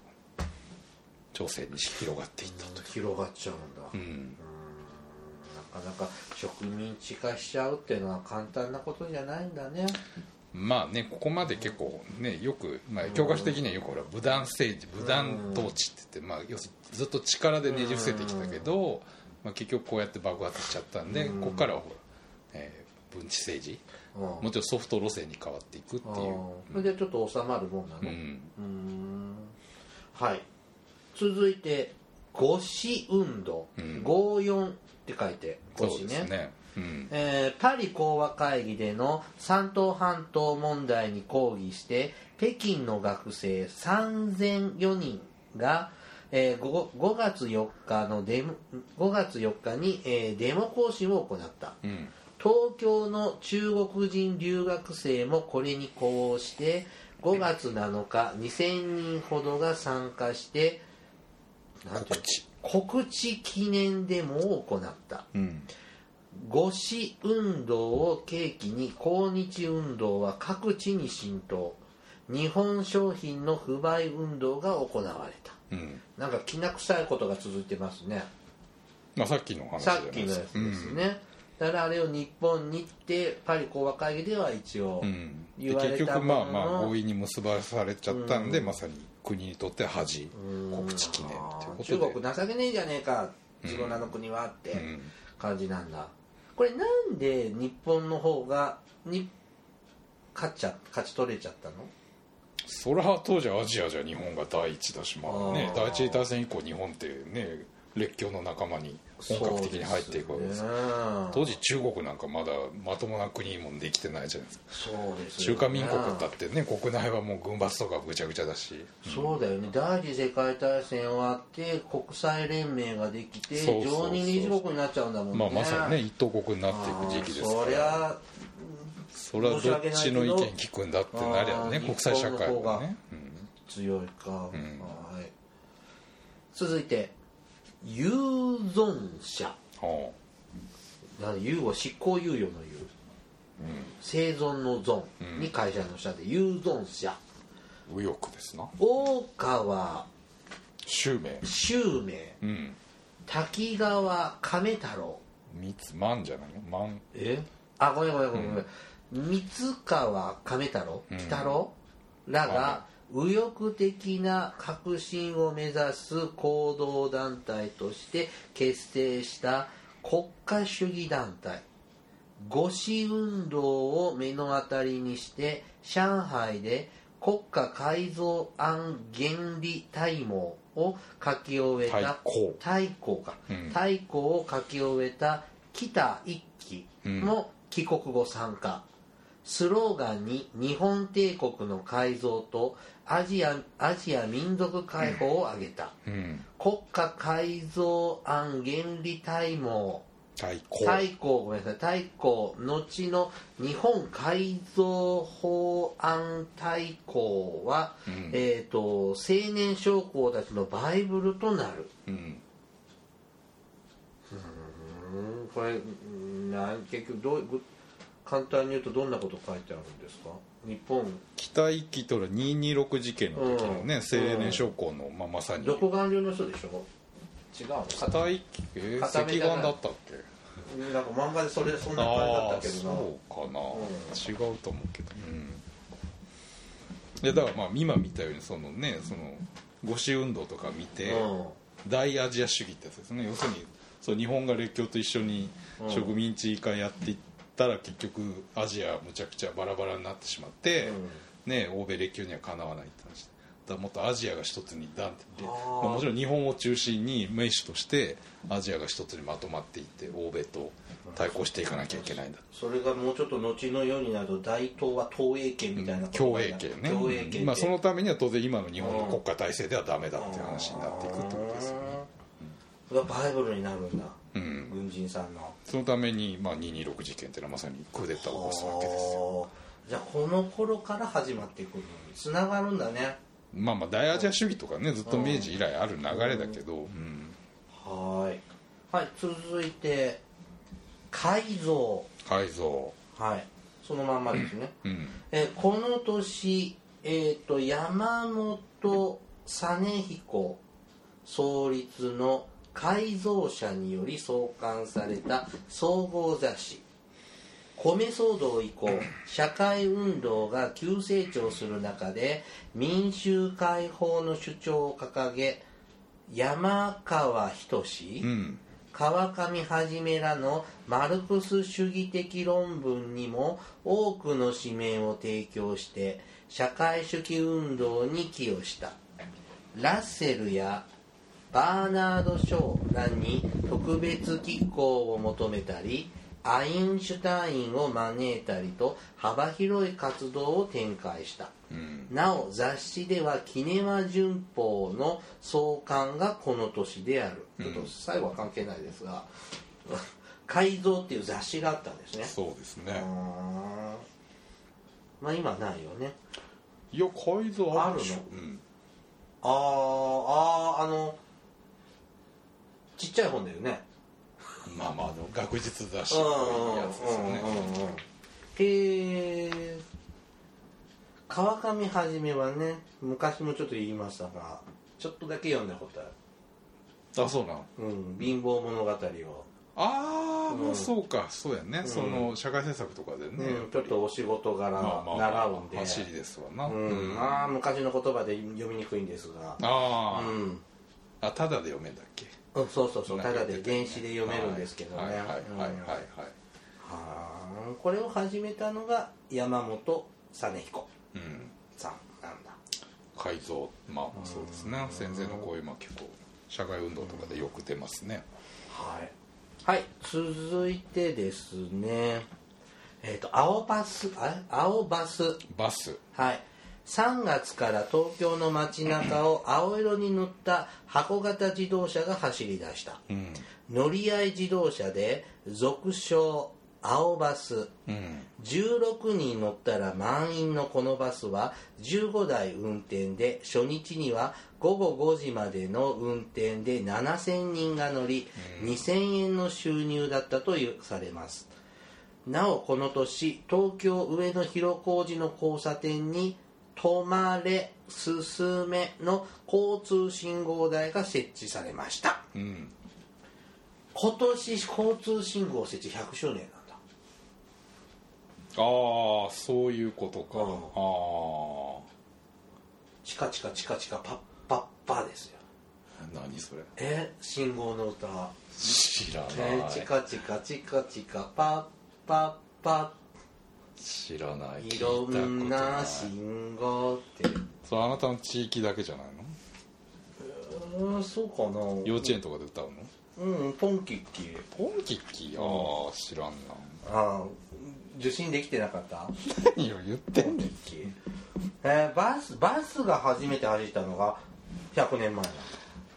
[SPEAKER 2] 朝鮮に広がっていったと
[SPEAKER 1] 広がっちゃうんだ、
[SPEAKER 2] いう、うん、
[SPEAKER 1] なかなか植民地化しちゃうっていうのは簡単なことじゃないんだね
[SPEAKER 2] まあねここまで結構ねよく、まあ、教科書的にはよくほら武断政治武断統治って言って、まあ、要するにずっと力でねじ伏せてきたけど、まあ、結局こうやって爆発しちゃったんでここからはほら、えー分治政治
[SPEAKER 1] うん
[SPEAKER 2] もちろんソフト路線に変わっていくっていう、
[SPEAKER 1] うんそれでちょっと収まるもんな
[SPEAKER 2] う、
[SPEAKER 1] のうんーんはい続いて五四運動、
[SPEAKER 2] うん
[SPEAKER 1] 五四って書いて五
[SPEAKER 2] そう
[SPEAKER 1] 四
[SPEAKER 2] です
[SPEAKER 1] ね
[SPEAKER 2] ね、うん、
[SPEAKER 1] えーパリ講和会議での山東半島問題に抗議して北京の学生3004人が、えー 5, 5月4日のデモ5月4日に、えーデモ行進を行った
[SPEAKER 2] うん
[SPEAKER 1] 東京の中国人留学生もこれに呼応して5月7日2000人ほどが参加してなんていう
[SPEAKER 2] 告知
[SPEAKER 1] の告知記念デモを行った
[SPEAKER 2] うん
[SPEAKER 1] 五四運動を契機に抗日運動は各地に浸透日本商品の不買運動が行われた
[SPEAKER 2] うん
[SPEAKER 1] なんかきな臭いことが続いてますね
[SPEAKER 2] まあ、さっきの話じゃ
[SPEAKER 1] さ
[SPEAKER 2] ない
[SPEAKER 1] っきの
[SPEAKER 2] で
[SPEAKER 1] や
[SPEAKER 2] す
[SPEAKER 1] つ
[SPEAKER 2] か
[SPEAKER 1] ですね、だからあれを日本にってパリ講和会議では一応、
[SPEAKER 2] うんで
[SPEAKER 1] 言われ
[SPEAKER 2] 結
[SPEAKER 1] た
[SPEAKER 2] 局
[SPEAKER 1] も
[SPEAKER 2] まあ
[SPEAKER 1] のの
[SPEAKER 2] まあ合意に結ばされちゃったんで、まさに国にとって恥告知記念ということで
[SPEAKER 1] 中国情けねえじゃねえか自分らの国はって
[SPEAKER 2] ん
[SPEAKER 1] 感じなんだ、これなんで日本の方がに勝っちゃ勝ち取れちゃったの
[SPEAKER 2] それは当時アジアじゃ日本が第一だしまあね
[SPEAKER 1] あー
[SPEAKER 2] 第一次大戦以降日本ってね列強の仲間に本格的に入っていくわけです
[SPEAKER 1] そうですね
[SPEAKER 2] 当時中国なんかまだまともな国もできてないじゃないですか
[SPEAKER 1] そうですよ
[SPEAKER 2] 中
[SPEAKER 1] ね
[SPEAKER 2] 華民国だってね国内はもう軍閥とかぐちゃぐちゃだし
[SPEAKER 1] そうだよね第二次世界大戦終わって国際連盟ができて
[SPEAKER 2] そうそうそう
[SPEAKER 1] 常任理事国になっちゃうんだもんね、
[SPEAKER 2] まあまさにね一等国になっていく時期
[SPEAKER 1] あー
[SPEAKER 2] です
[SPEAKER 1] そ
[SPEAKER 2] か
[SPEAKER 1] り
[SPEAKER 2] ら
[SPEAKER 1] ゃ
[SPEAKER 2] それはどっちの意見聞くんだってなりゃね
[SPEAKER 1] あー
[SPEAKER 2] 国際社
[SPEAKER 1] 日
[SPEAKER 2] 会
[SPEAKER 1] 本の
[SPEAKER 2] は
[SPEAKER 1] 方が
[SPEAKER 2] ね、うん
[SPEAKER 1] 強いか、
[SPEAKER 2] ん
[SPEAKER 1] はい続いて有存者
[SPEAKER 2] は
[SPEAKER 1] なので有は執行猶予の有、生存の存に会社の社で有存者
[SPEAKER 2] あ右翼ですな
[SPEAKER 1] 大川
[SPEAKER 2] 襲名
[SPEAKER 1] 周明
[SPEAKER 2] うん
[SPEAKER 1] 滝川亀太郎
[SPEAKER 2] 三つ万じゃないの万
[SPEAKER 1] えあごめんごめんごめんごめん、三川亀太郎鬼太郎、らが右翼的な革新を目指す行動団体として結成した国家主義団体五四運動を目の当たりにして上海で国家改造案原理大網を書き終えた
[SPEAKER 2] 大綱
[SPEAKER 1] 太閤か、
[SPEAKER 2] うん
[SPEAKER 1] 太閤を書き終えた北一揆も帰国後参加、スローガンに日本帝国の改造とアジアアジア民族解放を挙げた、
[SPEAKER 2] うん
[SPEAKER 1] 国家改造案原理大網
[SPEAKER 2] 対抗
[SPEAKER 1] 太閤ごめんなさい太閤後の日本改造法案太閤は、
[SPEAKER 2] うん
[SPEAKER 1] えっ、と青年将校たちのバイブルとなる
[SPEAKER 2] うん
[SPEAKER 1] うんこれうんなん結局どうぐ簡単に言うとどんなこと書いてあるんですか日本
[SPEAKER 2] 北一揆とる226事件の時のね、
[SPEAKER 1] うん
[SPEAKER 2] 青年将校の、まあ、まさに
[SPEAKER 1] どこ顔流の人でしょ違うのか
[SPEAKER 2] 北一揆えー
[SPEAKER 1] 固め
[SPEAKER 2] 石
[SPEAKER 1] じゃない
[SPEAKER 2] 岩だったっけ
[SPEAKER 1] なんか漫画でそれそんな感じだ
[SPEAKER 2] あ
[SPEAKER 1] った
[SPEAKER 2] あ
[SPEAKER 1] けどな
[SPEAKER 2] そうかな、
[SPEAKER 1] う
[SPEAKER 2] 違うと思うけど、うん、いやだからまあ今見たようにそのねその五四運動とか見て、大アジア主義ってやつですね要するにそう日本が列強と一緒に
[SPEAKER 1] うん
[SPEAKER 2] 植民地化やっていったら結局アジアはむちゃくちゃバラバラになってしまって、ね、欧米列強にはかなわないって話だからもっとアジアが一つにダンってい
[SPEAKER 1] あ
[SPEAKER 2] って
[SPEAKER 1] ー
[SPEAKER 2] まあもちろん日本を中心に盟主としてアジアが一つにまとまっていって欧米と対抗していかなきゃいけないんだ
[SPEAKER 1] それがもうちょっと後のようになると大東は東映圏みたいな
[SPEAKER 2] 共栄圏ね
[SPEAKER 1] 共栄圏って
[SPEAKER 2] まあ、そのためには当然今の日本の国家体制ではダメだっていう話になっていくってことですよね、
[SPEAKER 1] うんがバイブルになるんだ、
[SPEAKER 2] うん、
[SPEAKER 1] 軍人さんの
[SPEAKER 2] そのために、まあ、226事件っていうのはまさにクーデターを起こすわけですよ
[SPEAKER 1] はあじゃあこの頃から始まっていくるつながるんだね
[SPEAKER 2] まあまあ大アジア主義とかねずっと明治以来ある流れだけど、うん
[SPEAKER 1] はーいはい続いて改造
[SPEAKER 2] 改造
[SPEAKER 1] はいそのまんまですね、
[SPEAKER 2] うん
[SPEAKER 1] えーこの年、えー、と山本実彦創立の改造者により創刊された総合雑誌米騒動以降社会運動が急成長する中で民衆解放の主張を掲げ山川仁、
[SPEAKER 2] うん
[SPEAKER 1] 川上はじめらのマルクス主義的論文にも多くの紙面を提供して社会主義運動に寄与したラッセルやバーナード・ショーらに特別寄稿を求めたりアインシュタインを招いたりと幅広い活動を展開した
[SPEAKER 2] うん
[SPEAKER 1] なお雑誌では「キネマ旬報」の創刊がこの年であるちょっと最後は関係ないですが 「改造」っていう雑誌があったんですね
[SPEAKER 2] そうです
[SPEAKER 1] うー
[SPEAKER 2] ね
[SPEAKER 1] んまあ今ないよね
[SPEAKER 2] いや改造あるでしょ
[SPEAKER 1] ある
[SPEAKER 2] うん
[SPEAKER 1] あーあーあのちっちゃい本だよね
[SPEAKER 2] まあまああの学術雑誌
[SPEAKER 1] うん
[SPEAKER 2] の
[SPEAKER 1] うんうん
[SPEAKER 2] やつですよね
[SPEAKER 1] うんうんえー川上はじめはね昔もちょっと言いましたがちょっとだけ読んだことある
[SPEAKER 2] あそうなの
[SPEAKER 1] うん、貧乏物語を、
[SPEAKER 2] ああ
[SPEAKER 1] うん
[SPEAKER 2] まあそうかそうやね、その社会政策とかでね、やっ
[SPEAKER 1] ち
[SPEAKER 2] ぱ
[SPEAKER 1] ょっ
[SPEAKER 2] り
[SPEAKER 1] とお仕事柄
[SPEAKER 2] まあまあま
[SPEAKER 1] 習
[SPEAKER 2] あ
[SPEAKER 1] うんで、
[SPEAKER 2] 走りですわな、
[SPEAKER 1] うん
[SPEAKER 2] うん
[SPEAKER 1] まあ昔の言葉で読みにくいんですが、
[SPEAKER 2] あ
[SPEAKER 1] う
[SPEAKER 2] ー、
[SPEAKER 1] ん、
[SPEAKER 2] あただで読めんだっけ
[SPEAKER 1] うんそうそうそうただで
[SPEAKER 2] なんか
[SPEAKER 1] 原
[SPEAKER 2] 言ってたよ
[SPEAKER 1] 子
[SPEAKER 2] ね
[SPEAKER 1] で読めるんですけどね
[SPEAKER 2] はいはいはいはい
[SPEAKER 1] うん
[SPEAKER 2] はい、
[SPEAKER 1] はーこれを始めたのが山本実彦
[SPEAKER 2] うん
[SPEAKER 1] さんなんだ
[SPEAKER 2] 改造まあそうですね先生の声も結構社会運動とかでよく出ますね、
[SPEAKER 1] はい、はい、続いてですねえっ、と青バスあれ青バス
[SPEAKER 2] バス
[SPEAKER 1] はい3月から東京の街中を青色に塗った箱型自動車が走り出した、
[SPEAKER 2] うん
[SPEAKER 1] 乗り合い自動車で俗称青バス
[SPEAKER 2] うん
[SPEAKER 1] 16人乗ったら満員のこのバスは15台運転で初日には午後5時までの運転で7000人が乗り2000円の収入だったというされますなおこの年東京上野広小路の交差点に「止まれ進め」の交通信号台が設置されました
[SPEAKER 2] うん
[SPEAKER 1] 今年交通信号設置100周年なんだ
[SPEAKER 2] ああそういうこと
[SPEAKER 1] うん
[SPEAKER 2] か、
[SPEAKER 1] チカチカチカチカパッパッパーですよ
[SPEAKER 2] ああ何それ
[SPEAKER 1] え信号の歌
[SPEAKER 2] 知ら
[SPEAKER 1] え
[SPEAKER 2] な
[SPEAKER 1] チ
[SPEAKER 2] い
[SPEAKER 1] カチカチカチカパッパッパ
[SPEAKER 2] 知らない
[SPEAKER 1] いろんな
[SPEAKER 2] 聞いたことない
[SPEAKER 1] 信号って
[SPEAKER 2] そうあなたの地域だけじゃないの
[SPEAKER 1] うんそうかな
[SPEAKER 2] 幼稚園とかで歌うの
[SPEAKER 1] うんポンキッキー
[SPEAKER 2] ポンキッキーああ知らんな
[SPEAKER 1] ああ受信できてなかった
[SPEAKER 2] 何を言ってんねん
[SPEAKER 1] えーバスバスが初めて走ったのが100年前だ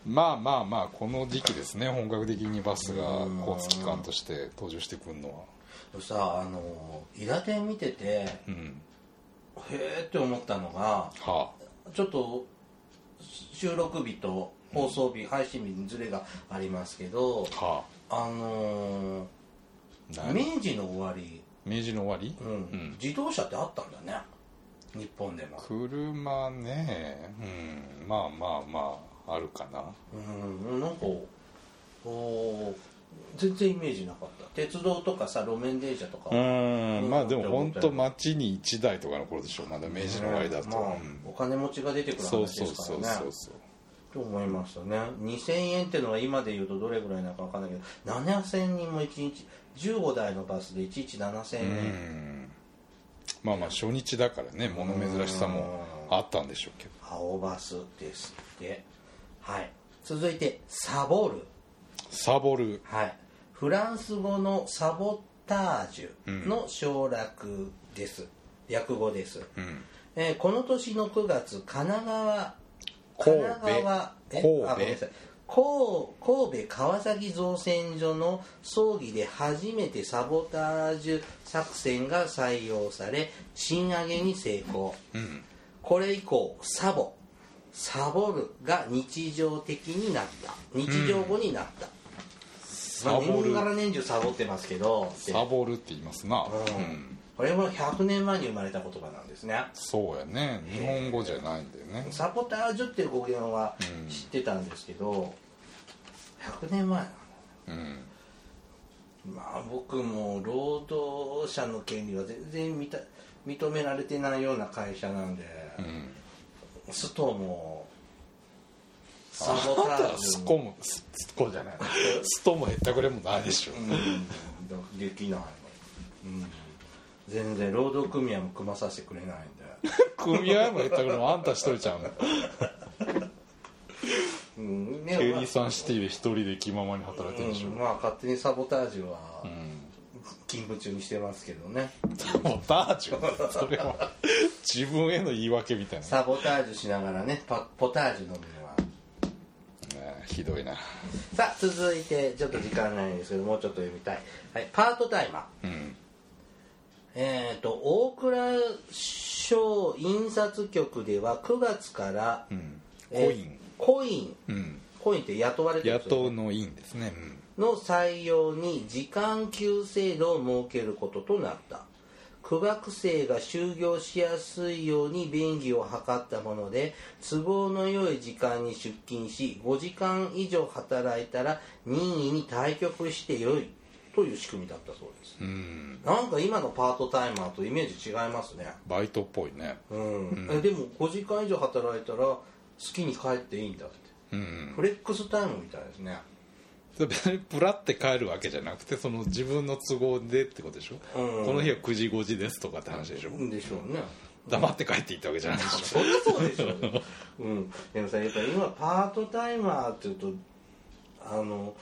[SPEAKER 2] まあまあまあこの時期ですね本格的にバスが交通機関として登場してくるのは
[SPEAKER 1] さあの伊達店見ててへ
[SPEAKER 2] うん
[SPEAKER 1] えって思ったのが
[SPEAKER 2] は
[SPEAKER 1] ちょっと収録日と放送日、配信日にズレがありますけど
[SPEAKER 2] あは
[SPEAKER 1] あの
[SPEAKER 2] あ
[SPEAKER 1] ー
[SPEAKER 2] 何
[SPEAKER 1] 明治の終わり、
[SPEAKER 2] 明治の終わり、
[SPEAKER 1] うん自動車ってあったんだね日本でも、
[SPEAKER 2] 車ねうんまあまあまああるかな
[SPEAKER 1] うん、なんかおー全然イメージなかった鉄道とかさ路面電車とか、
[SPEAKER 2] うーんまあでも
[SPEAKER 1] うん
[SPEAKER 2] 本当町に1台とかの頃でしょまだ明治の終わりだと、
[SPEAKER 1] まあ
[SPEAKER 2] うん
[SPEAKER 1] お金持ちが出てくる話
[SPEAKER 2] そう
[SPEAKER 1] ですか
[SPEAKER 2] そう
[SPEAKER 1] らね
[SPEAKER 2] そうそうそう
[SPEAKER 1] と思いましたね2000円ってのは今で言うとどれぐらいなのか分かんないけど7000人も1日15台のバスで1日7000
[SPEAKER 2] う
[SPEAKER 1] 円、
[SPEAKER 2] んまあまあ初日だからね物珍しさもあったんでしょうけど
[SPEAKER 1] 青バスですってはい続いてサボる
[SPEAKER 2] サボる
[SPEAKER 1] はいフランス語のサボタージュの省略です、略語です、
[SPEAKER 2] うん
[SPEAKER 1] えーこの年の9月神奈川
[SPEAKER 2] 神戸
[SPEAKER 1] 神奈川え
[SPEAKER 2] 神戸
[SPEAKER 1] あごめんなさい神神戸川崎造船所の葬儀で初めてサボタージュ作戦が採用され賃上げに成功、
[SPEAKER 2] うん
[SPEAKER 1] これ以降サボサボるが日常的になった日常語になった、
[SPEAKER 2] サ
[SPEAKER 1] まあ
[SPEAKER 2] ボ
[SPEAKER 1] 年
[SPEAKER 2] る
[SPEAKER 1] がら年中サボってますけどって
[SPEAKER 2] サボるって言いますな、
[SPEAKER 1] う
[SPEAKER 2] うんん、
[SPEAKER 1] これも100年前に生まれた言葉なんですね
[SPEAKER 2] そうやね日本語じゃないんだよね
[SPEAKER 1] サポタージュっていう語源は
[SPEAKER 2] うん
[SPEAKER 1] 知ってたんですけど、100年前なんだ
[SPEAKER 2] うん
[SPEAKER 1] まあ僕も労働者の権利は全然認認められてないような会社なんで、
[SPEAKER 2] うん
[SPEAKER 1] ストもサ
[SPEAKER 2] あ
[SPEAKER 1] ボ
[SPEAKER 2] な
[SPEAKER 1] タ
[SPEAKER 2] た
[SPEAKER 1] ー
[SPEAKER 2] は
[SPEAKER 1] ジ
[SPEAKER 2] ス
[SPEAKER 1] ュ
[SPEAKER 2] コ
[SPEAKER 1] も、
[SPEAKER 2] もススコじゃないストもへったくれもないでしょ
[SPEAKER 1] うん、できない、うん、全然労働組合も組まさせてくれないんで、
[SPEAKER 2] 組合もへったくれもあんた一人ちゃうん
[SPEAKER 1] うんね
[SPEAKER 2] ケリーさんシティで一人で気ままに働いてるでしょ
[SPEAKER 1] うん、まあ勝手にサボタージュは
[SPEAKER 2] うん
[SPEAKER 1] 勤務中にしてますけどね、
[SPEAKER 2] サボタージュそれは自分への言い訳みたいな
[SPEAKER 1] サボタージュしながらねパポタージュ飲むのは
[SPEAKER 2] ねひどいな
[SPEAKER 1] さあ続いてちょっと時間ないんですけどもうちょっと読みたい、はい、パートタイマー
[SPEAKER 2] うん
[SPEAKER 1] えー、と大蔵省印刷局では9月から、
[SPEAKER 2] うん
[SPEAKER 1] えーコ
[SPEAKER 2] コイン
[SPEAKER 1] イン
[SPEAKER 2] うん
[SPEAKER 1] コインって雇われてる人
[SPEAKER 2] 雇うのインですね
[SPEAKER 1] の採用に時間給制度を設けることとなった苦学生が就業しやすいように便宜を図ったもので都合の良い時間に出勤し5時間以上働いたら任意に退局してよいという仕組みだったそうです
[SPEAKER 2] うんうん
[SPEAKER 1] なんか今のパートタイマーとイメージ違いますね
[SPEAKER 2] バイトっぽいね
[SPEAKER 1] うん、えでも5時間以上働いたら好きに帰っていいんだって
[SPEAKER 2] うん
[SPEAKER 1] フレックスタイムみたいですね
[SPEAKER 2] それ別にプラって帰るわけじゃなくてその自分の都合でってことでしょ、
[SPEAKER 1] うん
[SPEAKER 2] この日は9時5時ですとかって話でし
[SPEAKER 1] う
[SPEAKER 2] ょ、
[SPEAKER 1] んでしょうね、
[SPEAKER 2] 黙って帰っていったわけじゃないでし
[SPEAKER 1] そりゃそうでしょ、うん、でもさやっぱ今パートタイマーっていうとあの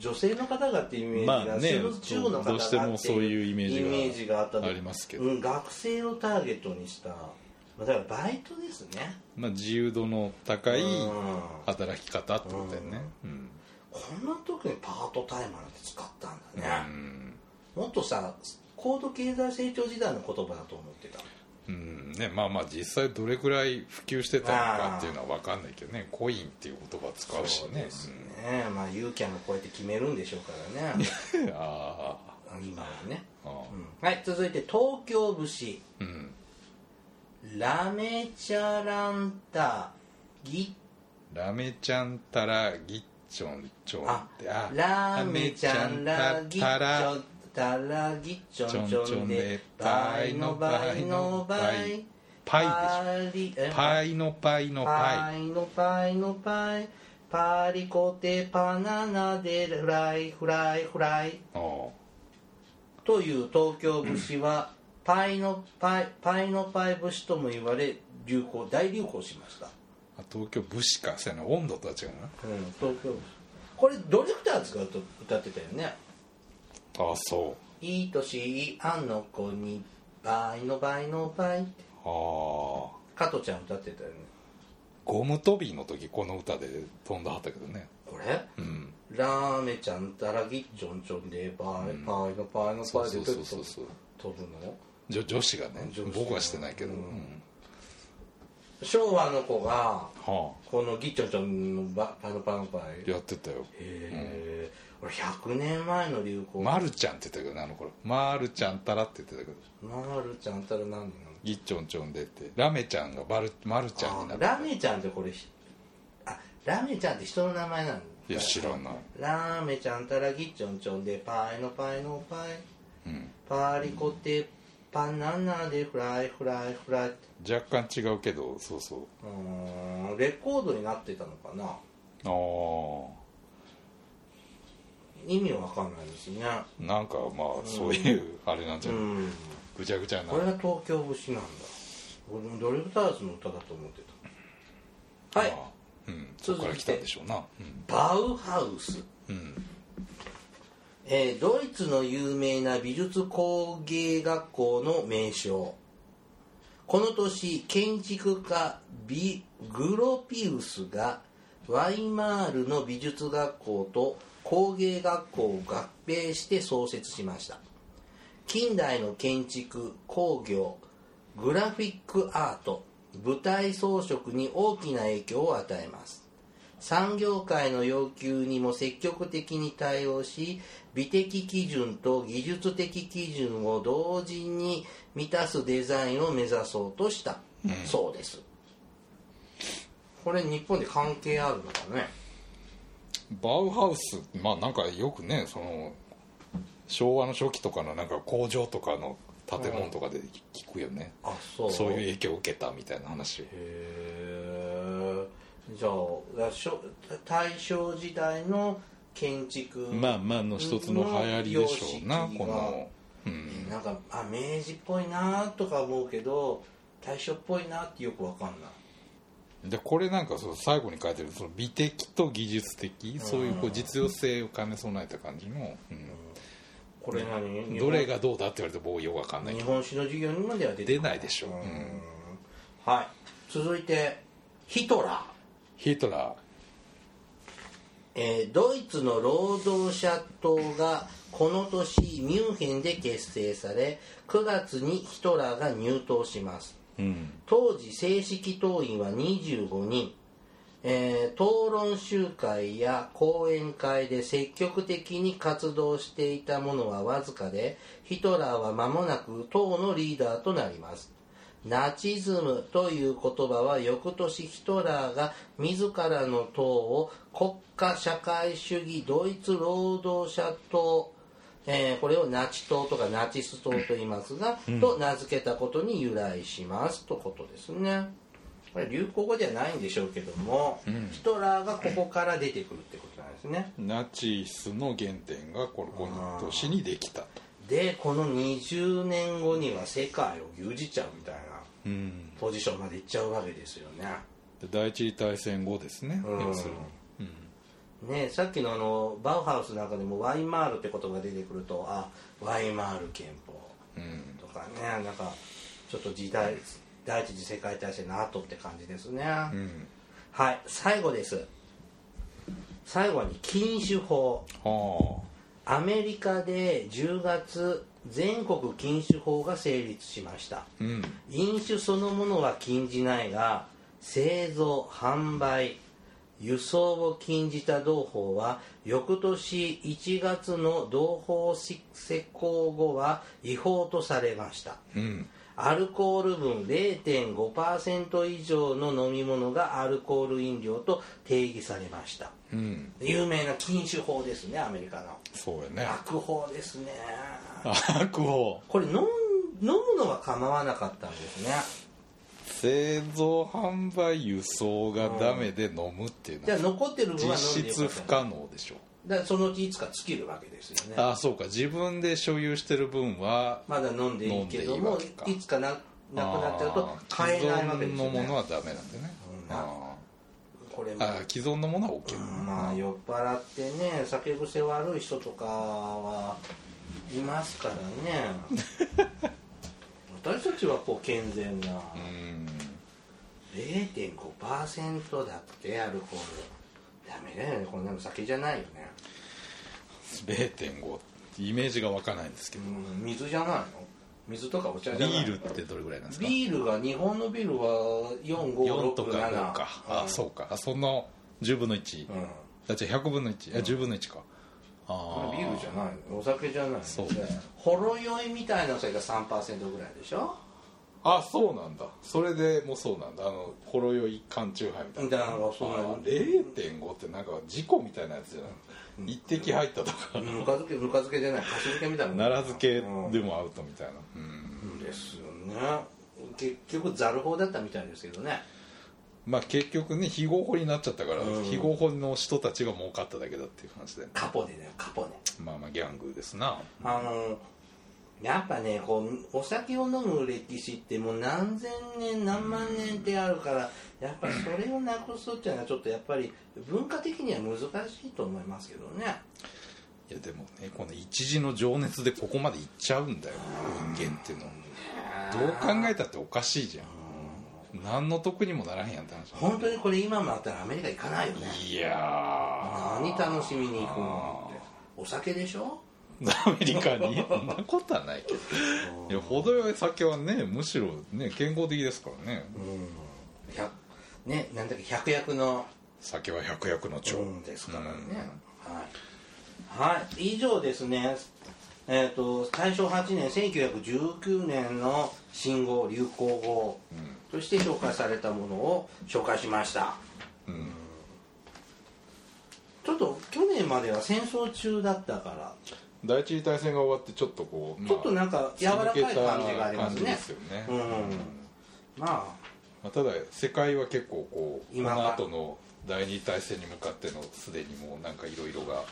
[SPEAKER 1] 女性の方がってイメージが、
[SPEAKER 2] まあね
[SPEAKER 1] その中国の方が
[SPEAKER 2] どうしてもそういうイメージが
[SPEAKER 1] イメージがあったの
[SPEAKER 2] ありますけど
[SPEAKER 1] うん、学生をターゲットにした、まあ、だからバイトですね
[SPEAKER 2] まあ、自由度の高い
[SPEAKER 1] うん
[SPEAKER 2] 働き方ってことだよねうん、
[SPEAKER 1] こんな時にパートタイマーなんて使ったん
[SPEAKER 2] う
[SPEAKER 1] だね、
[SPEAKER 2] ん
[SPEAKER 1] もっとさ高度経済成長時代の言葉だと思ってた
[SPEAKER 2] うんね、まあまあ実際どれくらい普及してたのかっていうのは分かんないけどねコインっていう言葉使うし
[SPEAKER 1] そう
[SPEAKER 2] ね
[SPEAKER 1] ですね、まあユーキャンがこうやって決めるんでしょうから ね
[SPEAKER 2] うんあ
[SPEAKER 1] 今はね
[SPEAKER 2] ーあ
[SPEAKER 1] うんはい続いて東京節
[SPEAKER 2] ーうん
[SPEAKER 1] ラメチャランタギ
[SPEAKER 2] ラメちゃんたらぎっちょんちょん
[SPEAKER 1] あ
[SPEAKER 2] ってあ
[SPEAKER 1] ラメちゃんラギ
[SPEAKER 2] た
[SPEAKER 1] ッチ
[SPEAKER 2] ら
[SPEAKER 1] ョンタラギッチョンチョンで倍の倍の倍
[SPEAKER 2] パイ
[SPEAKER 1] でし
[SPEAKER 2] でしょパイのパイの
[SPEAKER 1] パ
[SPEAKER 2] パイ
[SPEAKER 1] イのパイのパイパリコテパナナでフライフライフライ
[SPEAKER 2] お
[SPEAKER 1] という東京節 はパイのパイパイのパイ節とも言われ流行大流行しました、
[SPEAKER 2] うあ東京武士かそうやな温度とは違うな
[SPEAKER 1] うん、東京節これドリフターズが歌歌ってたよね
[SPEAKER 2] あそ
[SPEAKER 1] 「いい年あの子に倍の倍の倍
[SPEAKER 2] うああ」
[SPEAKER 1] 加トちゃん歌ってたよね
[SPEAKER 2] ゴム飛びの時この歌で飛んだはったけどね
[SPEAKER 1] これ
[SPEAKER 2] うん
[SPEAKER 1] ラーメちゃんたらぎっちょんちょんでバイパイのパイの
[SPEAKER 2] そ
[SPEAKER 1] パ
[SPEAKER 2] う
[SPEAKER 1] イで
[SPEAKER 2] そ
[SPEAKER 1] 飛
[SPEAKER 2] うそう
[SPEAKER 1] ぶ
[SPEAKER 2] そうそう
[SPEAKER 1] 飛ぶの
[SPEAKER 2] 女女子がね
[SPEAKER 1] 女子
[SPEAKER 2] 僕はしてないけど、
[SPEAKER 1] う
[SPEAKER 2] うんん
[SPEAKER 1] 昭和の子が
[SPEAKER 2] は
[SPEAKER 1] このぎっちょんちょんのバパイのパイのパイ
[SPEAKER 2] あやってたよ
[SPEAKER 1] へえ俺100年前の流行
[SPEAKER 2] まるちゃんって言ってたけどねあの頃まるちゃんたらって言ってたけど
[SPEAKER 1] まるちゃんたら何なの
[SPEAKER 2] ぎっちょんちょんでってラメちゃんがバルまるちゃんにな
[SPEAKER 1] あ
[SPEAKER 2] って
[SPEAKER 1] ラメちゃんってこれひあラメちゃんって人の名前なの
[SPEAKER 2] いや知らない
[SPEAKER 1] ラーメちゃんたらぎっちょんちょんでパイのパイのパイ
[SPEAKER 2] うん
[SPEAKER 1] パリコテバナナでフライフライフライう
[SPEAKER 2] 若干違うけどそうそう
[SPEAKER 1] ーんレコードになってたのかな
[SPEAKER 2] あ
[SPEAKER 1] 意味わかんないですね
[SPEAKER 2] あなんかまあそういうあれなんじ
[SPEAKER 1] う
[SPEAKER 2] ゃない、
[SPEAKER 1] ん
[SPEAKER 2] ぐちゃぐちゃな
[SPEAKER 1] これが東京節なんだ俺もドリフターズの歌だと思ってたはい
[SPEAKER 2] まあうん、そこから来たんでしょうな
[SPEAKER 1] バウハウス
[SPEAKER 2] うん、うん、
[SPEAKER 1] えードイツの有名な美術工芸学校の名称この年建築家ビグロピウスがワイマールの美術学校と工芸学校を合併して創設しました近代の建築工業グラフィックアート舞台装飾に大きな影響を与えます産業界の要求にも積極的に対応し美的基準と技術的基準を同時に満たすデザインを目指そうとした、そうですこれ日本で関係あるのかね
[SPEAKER 2] バウハウスまあなんかよくねその昭和の初期とかのなんか工場とかの建物とかで聞くよね、
[SPEAKER 1] あそう
[SPEAKER 2] そういう
[SPEAKER 1] へ
[SPEAKER 2] 影響を受けたみたいな話
[SPEAKER 1] えじゃあだしょ大正時代の建築
[SPEAKER 2] まあまあの一つの流行りでしょうな
[SPEAKER 1] 様式が
[SPEAKER 2] このうん
[SPEAKER 1] なんかあ明治っぽいなとか思うけど大正っぽいなってよくわかんない
[SPEAKER 2] でこれなんかその最後に書いてるその美的と技術的そういうこう実用性を兼ね備えた感じの、
[SPEAKER 1] これ何、
[SPEAKER 2] うん、
[SPEAKER 1] 日本
[SPEAKER 2] どれがどうだって言われても僕よくわかんない
[SPEAKER 1] 日本史の授業にまでは出て
[SPEAKER 2] 出ないでしょ、う
[SPEAKER 1] うん
[SPEAKER 2] ん、
[SPEAKER 1] はい続いてヒトラー、
[SPEAKER 2] ヒトラ
[SPEAKER 1] えードイツの労働者党がこの年ミュンヘンで結成され9月にヒトラーが入党します
[SPEAKER 2] ー、うん、
[SPEAKER 1] 当時正式党員は25人、えー討論集会や講演会で積極的に活動していた者はわずかでヒトラーは間もなく党のリーダーとなりますナチズムという言葉は翌年ヒトラーが自らの党を国家社会主義ドイツ労働者党えーこれをナチ党とかナチス党と言いますが、と名付けたことに由来しますとことですねこれ流行語ではないんでしょうけども、ヒトラーがここから出てくるってことなんですね
[SPEAKER 2] ナチスの原点がこのこの年にできたと
[SPEAKER 1] でこの20年後には世界を牛耳っちゃうみたいな
[SPEAKER 2] うん
[SPEAKER 1] ポジションまで行っちゃうわけですよね。
[SPEAKER 2] で第一次大戦後ですね
[SPEAKER 1] うん
[SPEAKER 2] 要するに
[SPEAKER 1] ねさっきのあのバウハウスなんかでもワイマールって言葉が出てくるとあワイマール憲法
[SPEAKER 2] うん
[SPEAKER 1] とかねなんかちょっと時代第一次世界大戦の後って感じですね、
[SPEAKER 2] うん
[SPEAKER 1] はい最後です最後に禁酒法
[SPEAKER 2] は
[SPEAKER 1] アメリカで10月全国禁酒法が成立しました
[SPEAKER 2] あうん
[SPEAKER 1] 飲酒そのものは禁じないが製造販売輸送を禁じた同法は翌年1月の同法施行後は違法とされました
[SPEAKER 2] うん
[SPEAKER 1] アルコール分0.5%以上の飲み物がアルコール飲料と定義されました
[SPEAKER 2] うん
[SPEAKER 1] 有名な禁酒法ですねアメリカの
[SPEAKER 2] そうやね
[SPEAKER 1] 悪法ですね
[SPEAKER 2] 悪法
[SPEAKER 1] これ飲ん飲むのは構わなかったんですね
[SPEAKER 2] 製造販売輸送がダメで飲むっていうの
[SPEAKER 1] じゃあ
[SPEAKER 2] は
[SPEAKER 1] 残ってる分は飲
[SPEAKER 2] 実
[SPEAKER 1] んでよか
[SPEAKER 2] 質
[SPEAKER 1] った
[SPEAKER 2] 不可能でしょ
[SPEAKER 1] だからそのうちいつか尽きるわけですよね
[SPEAKER 2] ああそうか自分で所有してる分は
[SPEAKER 1] まだ飲んでいいけど
[SPEAKER 2] 飲
[SPEAKER 1] も
[SPEAKER 2] んでいいわけか
[SPEAKER 1] いつかななくなっちゃうと買えないわけです
[SPEAKER 2] あ
[SPEAKER 1] よ
[SPEAKER 2] あ既存のもの
[SPEAKER 1] ね
[SPEAKER 2] はダメなんでね、
[SPEAKER 1] うん
[SPEAKER 2] あ
[SPEAKER 1] これ
[SPEAKER 2] あ
[SPEAKER 1] も
[SPEAKER 2] ああ既存のものは OK
[SPEAKER 1] うんまあ酔っ払ってね酒癖悪い人とかはいますからね 私たちはこう健全な
[SPEAKER 2] うん
[SPEAKER 1] 0.5%だってアルコールダメだよねこんなの酒じゃないよね、
[SPEAKER 2] 0.5イメージが湧かないんですけど、
[SPEAKER 1] うん、水じゃないの水とかお茶じゃな
[SPEAKER 2] ビ
[SPEAKER 1] い
[SPEAKER 2] ールってどれぐらいなんですか
[SPEAKER 1] ビールが日本のビールは
[SPEAKER 2] 4とか
[SPEAKER 1] 4567
[SPEAKER 2] 5か、ああそうかあその10分の1、
[SPEAKER 1] うん、
[SPEAKER 2] だって100分の1、あ10分の1かああ
[SPEAKER 1] ビールじゃないのお酒じゃないの
[SPEAKER 2] そうね
[SPEAKER 1] ほろ酔いみたいなそれが3%ぐらいでしょ
[SPEAKER 2] あそうなんだそれでもうそうなんだあのほろ酔い缶チューハイみたいな
[SPEAKER 1] だからそうなんだ
[SPEAKER 2] あ0.5ってなんか事故みたいなやつじゃない、一滴入ったとか、
[SPEAKER 1] ぬか漬けぬか漬けじゃないかし漬けみたいな
[SPEAKER 2] 奈良漬け
[SPEAKER 1] うん
[SPEAKER 2] でもアウトみたいな、うん
[SPEAKER 1] ですよね結局ザル法だったみたいですけどね
[SPEAKER 2] まあ結局ね非合法になっちゃったから、
[SPEAKER 1] うん
[SPEAKER 2] 非合法の人たちが儲かっただけだっていう話で
[SPEAKER 1] カポネだよカポネ
[SPEAKER 2] まあまあギャングですな
[SPEAKER 1] あのやっぱねこうお酒を飲む歴史ってもう何千年何万年ってあるからやっぱそれをなくすっていうのはちょっとやっぱり文化的には難しいと思いますけどね
[SPEAKER 2] いやでもねこの一時の情熱でここまでいっちゃうんだよ人間っていうのどう考えたっておかしいじゃん何の得にもならへんやんって話
[SPEAKER 1] 本当にこれ今もあったらアメリカ行かないよね
[SPEAKER 2] いや
[SPEAKER 1] 何楽しみに行くのってお酒でしょ
[SPEAKER 2] ーアメリカ にそんなことはないけどいや程よい酒はねむしろね健康的ですからね
[SPEAKER 1] うん百ねなんだっけ百薬の
[SPEAKER 2] 酒は百薬の長、
[SPEAKER 1] うんですからね、はい、はい、以上ですねえっ、と大正8年1919年の新語・流行語として紹介されたものを紹介しました
[SPEAKER 2] うんうん
[SPEAKER 1] ちょっと去年までは戦争中だったから
[SPEAKER 2] 第一次大戦が終わってちょっとこう、まあ
[SPEAKER 1] ちょっとなんか柔らかい感じがありますね
[SPEAKER 2] 続けた感じですよね、
[SPEAKER 1] うん
[SPEAKER 2] ま
[SPEAKER 1] ま
[SPEAKER 2] あ、ただ世界は結構こうこ
[SPEAKER 1] 今が
[SPEAKER 2] の後の第二次大戦に向かってのすでにもうなんかいろいろが
[SPEAKER 1] あ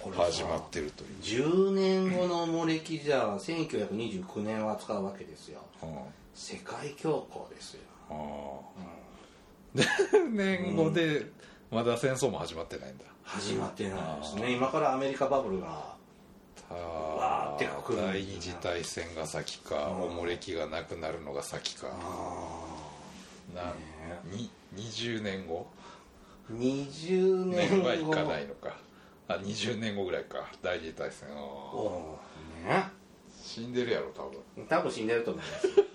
[SPEAKER 1] これさ
[SPEAKER 2] 始まってるという、
[SPEAKER 1] 10年後の漏れ記じゃ1929年を扱うわけですよ
[SPEAKER 2] うんあ
[SPEAKER 1] 世界恐慌ですよ
[SPEAKER 2] あ10 年後でまだ戦争も始まってないんだ
[SPEAKER 1] 始まってないですね今からアメリカバブルがわーって来るんだ
[SPEAKER 2] 第二次大戦が先かおもれきがなくなるのが先かなに20年後
[SPEAKER 1] 20年
[SPEAKER 2] 年
[SPEAKER 1] 後
[SPEAKER 2] はいかないのかあ20年後ぐらいか第二次大戦あー
[SPEAKER 1] おーね
[SPEAKER 2] 死んでるやろ多分
[SPEAKER 1] 多分死んでると思い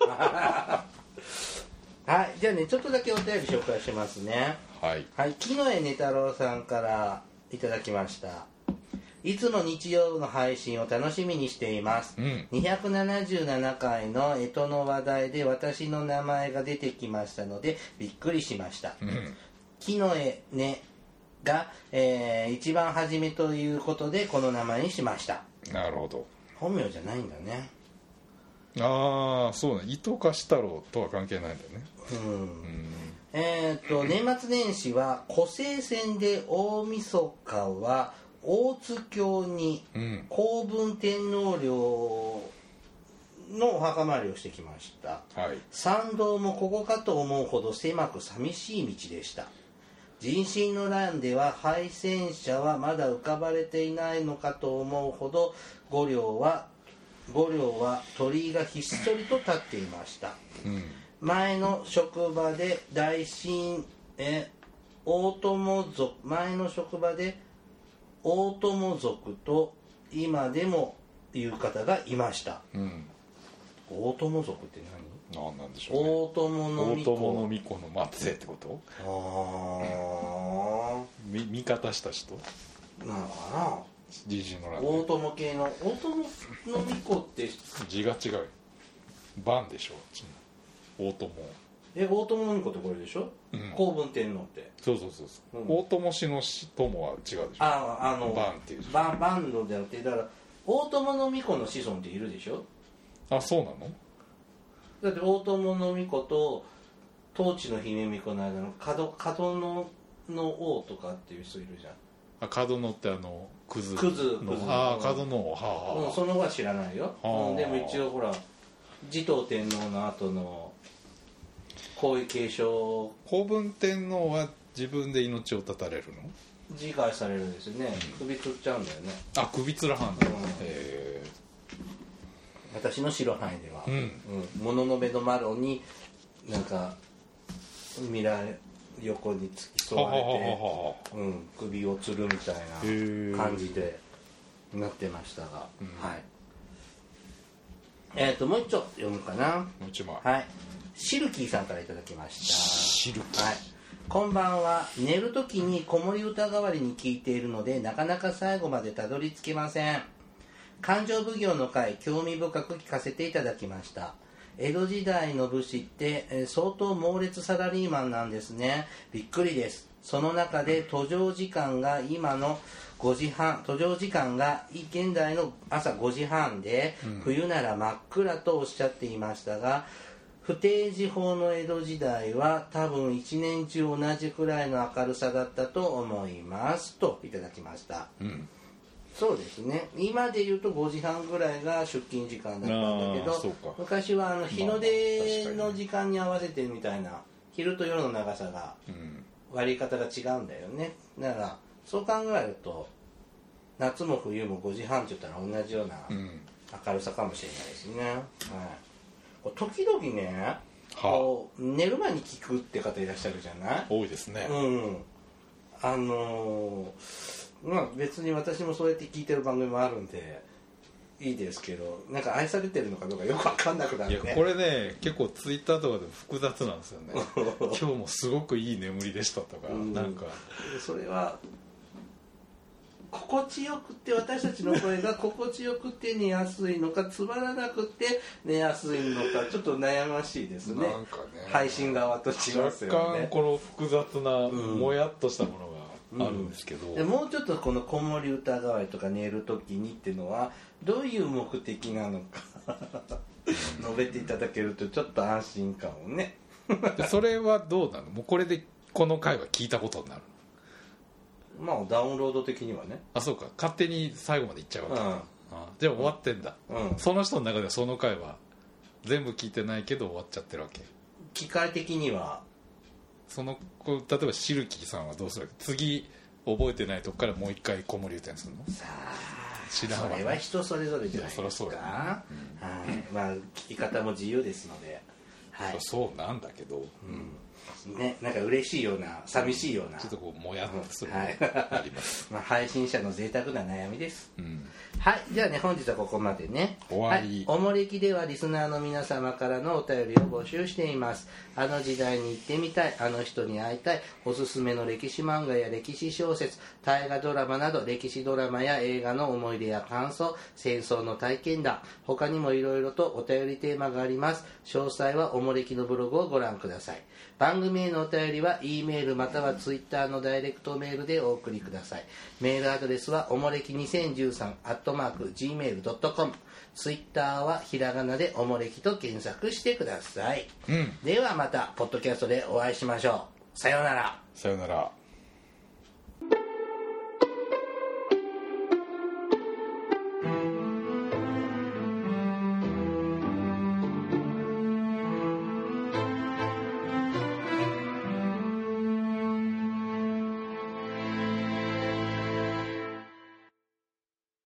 [SPEAKER 1] ますはいじゃあねちょっとだけお便り紹介しますね
[SPEAKER 2] はい
[SPEAKER 1] はい木の絵根太郎さんからいただきましたいつも日曜の配信を楽しみにしています
[SPEAKER 2] うん
[SPEAKER 1] 277回の干支の話題で私の名前が出てきましたのでびっくりしました、
[SPEAKER 2] うん
[SPEAKER 1] 木の絵ねが、えー一番初めということでこの名前にしました
[SPEAKER 2] なるほど
[SPEAKER 1] 本名じゃないんだね
[SPEAKER 2] ああそうね伊藤貸太郎とは関係ないんだよね
[SPEAKER 1] うん
[SPEAKER 2] うん
[SPEAKER 1] えーっと年末年始は湖西線で大晦日は大津峡に
[SPEAKER 2] うん
[SPEAKER 1] 公文天皇陵のお墓参りをしてきました
[SPEAKER 2] はい
[SPEAKER 1] 参道もここかと思うほど狭く寂しい道でした人心の乱では敗戦者はまだ浮かばれていないのかと思うほど五両は五両は鳥居がひっそりと立っていました
[SPEAKER 2] うん
[SPEAKER 1] 前の職場で大神え大友族前の職場で大友族と今でもいう方がいました
[SPEAKER 2] うん
[SPEAKER 1] 大友族って
[SPEAKER 2] なんなんでし
[SPEAKER 1] 何
[SPEAKER 2] ょうね
[SPEAKER 1] 大友の
[SPEAKER 2] 大
[SPEAKER 1] 巫
[SPEAKER 2] 友の
[SPEAKER 1] 女
[SPEAKER 2] 巫女の末裔ってこと
[SPEAKER 1] あ
[SPEAKER 2] み味方した人
[SPEAKER 1] あなのか
[SPEAKER 2] じじいの
[SPEAKER 1] な
[SPEAKER 2] 乱
[SPEAKER 1] 大
[SPEAKER 2] で
[SPEAKER 1] 友系の大友の巫女って
[SPEAKER 2] 字が違うよ番でしょ大友
[SPEAKER 1] え大友の巫女ってこれでしょ、
[SPEAKER 2] うん
[SPEAKER 1] 公文天皇って
[SPEAKER 2] そうそうそうそう、
[SPEAKER 1] うん
[SPEAKER 2] 大友氏の氏友は違うでしょ
[SPEAKER 1] あああの
[SPEAKER 2] バンっていう字
[SPEAKER 1] バンバンドであってだから大友の巫女の子孫っているでしょ
[SPEAKER 2] あそうなの
[SPEAKER 1] だって大友の巫女と当地の姫巫女の間の角角のの王とかっていう人いるじゃん、
[SPEAKER 2] あ角野ってあのクズ
[SPEAKER 1] クズ
[SPEAKER 2] の
[SPEAKER 1] クズ
[SPEAKER 2] あー角野はあはあ、
[SPEAKER 1] うん、その後は知らないよ、
[SPEAKER 2] あー
[SPEAKER 1] うんでも一応ほら持統天皇の後の皇位継承
[SPEAKER 2] 公文天皇は自分で命を絶たれるの
[SPEAKER 1] 自害されるんですよね首吊っちゃうんだよね
[SPEAKER 2] あ首つらはんだ、
[SPEAKER 1] うん
[SPEAKER 2] へ
[SPEAKER 1] 私の白範囲では
[SPEAKER 2] うん
[SPEAKER 1] うんもののべのマロになんかミラー横に付き
[SPEAKER 2] え
[SPEAKER 1] 添
[SPEAKER 2] はは
[SPEAKER 1] われ
[SPEAKER 2] はは
[SPEAKER 1] て
[SPEAKER 2] は
[SPEAKER 1] うん、首を吊るみたい
[SPEAKER 2] ー
[SPEAKER 1] な感じでなってましたが、はいえっ、ともう一丁読むかな
[SPEAKER 2] もう一枚、
[SPEAKER 1] はいシルキーさんからいただきまし
[SPEAKER 2] シルキ
[SPEAKER 1] たはいこんばんは寝るときに子守歌代わりに聞いているのでなかなか最後までたどり着けません勘定奉行の会興味深く聞かせていただきました江戸時代の武士って、えー相当猛烈サラリーマンなんですねびっくりですその中で途上時間が今の5時半途上時間が現代の朝5時半で、冬なら真っ暗とおっしゃっていましたが不定時法の江戸時代は多分一年中同じくらいの明るさだったと思いますといただきました
[SPEAKER 2] うん
[SPEAKER 1] そうですね今で言うと5時半ぐらいが出勤時間だったんだけ
[SPEAKER 2] あーそう
[SPEAKER 1] ど
[SPEAKER 2] か
[SPEAKER 1] 昔はあの日の出
[SPEAKER 2] まあ確か
[SPEAKER 1] の
[SPEAKER 2] に
[SPEAKER 1] 時間に合わせてみたいな昼と夜の長さが
[SPEAKER 2] うん
[SPEAKER 1] 割り方が違うんだよねだからそう考えると夏も冬も5時半って言ったら同じような
[SPEAKER 2] うん
[SPEAKER 1] 明るさかもしれないですね、はい、こう時々ね
[SPEAKER 2] は
[SPEAKER 1] こう寝る前に聞くって方いらっしゃるじゃない
[SPEAKER 2] 多いですね、
[SPEAKER 1] うんあのーまあ別に私もそうやって聞いてる番組もあるんでいいですけどなんか愛されてるのかどうかよくわかんなくないる
[SPEAKER 2] や
[SPEAKER 1] ね
[SPEAKER 2] これね結構ツイッターとかでも複雑なんですよね今日もすごくいい眠りでしたとか、
[SPEAKER 1] うん
[SPEAKER 2] なんか
[SPEAKER 1] それは心地よくて私たちの声が 心地よくて寝やすいのかつまらなくて寝やすいのかちょっと悩ましいですね
[SPEAKER 2] なんかね
[SPEAKER 1] 配信側と違います
[SPEAKER 2] 若
[SPEAKER 1] よ
[SPEAKER 2] 干
[SPEAKER 1] ね
[SPEAKER 2] この複雑な
[SPEAKER 1] うん
[SPEAKER 2] もやっとしたものがあるんですけど、
[SPEAKER 1] でもうちょっとこの子守歌代わりとか寝る時にっていうのはどういう目的なのか述べていただけるとちょっと安心感をね
[SPEAKER 2] でそれはどうなのもうこれでこの回は聞いたことになる
[SPEAKER 1] まあダウンロード的にはね
[SPEAKER 2] あそうか勝手に最後までいっちゃうわけ、あじゃあ終わってんだ、
[SPEAKER 1] うん、うん、
[SPEAKER 2] その人の中ではその回は全部聞いてないけど終わっちゃってるわけ
[SPEAKER 1] 機械的には
[SPEAKER 2] そのこう例えばシルキーさんはどうするわけ次覚えてないとこからもう一回子守歌にするの
[SPEAKER 1] さあ
[SPEAKER 2] 知らんわ
[SPEAKER 1] それは人それぞれじゃない
[SPEAKER 2] いやそり
[SPEAKER 1] で
[SPEAKER 2] ゃ
[SPEAKER 1] す
[SPEAKER 2] そう
[SPEAKER 1] か
[SPEAKER 2] や
[SPEAKER 1] はいまあ聞き方も自由ですのではい
[SPEAKER 2] そうなんだけど、
[SPEAKER 1] ねなんか嬉しいような寂しいような
[SPEAKER 2] ちょっとこうもやっとする
[SPEAKER 1] はい
[SPEAKER 2] ものがあります、
[SPEAKER 1] まあ、配信者の贅沢な悩みです
[SPEAKER 2] うん
[SPEAKER 1] はい、じゃあね、本日はここまでね。
[SPEAKER 2] 終わり
[SPEAKER 1] はい、おもれきではリスナーの皆様からのお便りを募集しています。あの時代に行ってみたい、あの人に会いたい、おすすめの歴史漫画や歴史小説、大河ドラマなど、歴史ドラマや映画の思い出や感想、戦争の体験談、他にもいろいろとお便りテーマがあります。詳細はおもれきのブログをご覧ください。番組へのお便りは、E メールまたは Twitter のダイレクトメールでお送りください。メールアドレスは、おもれき2013、アットマーク、gmail.com。Twitter は、ひらがなでおもれきと検索してください。
[SPEAKER 2] うん、
[SPEAKER 1] ではまた、ポッドキャストでお会いしましょう。さようなら。
[SPEAKER 2] さよなら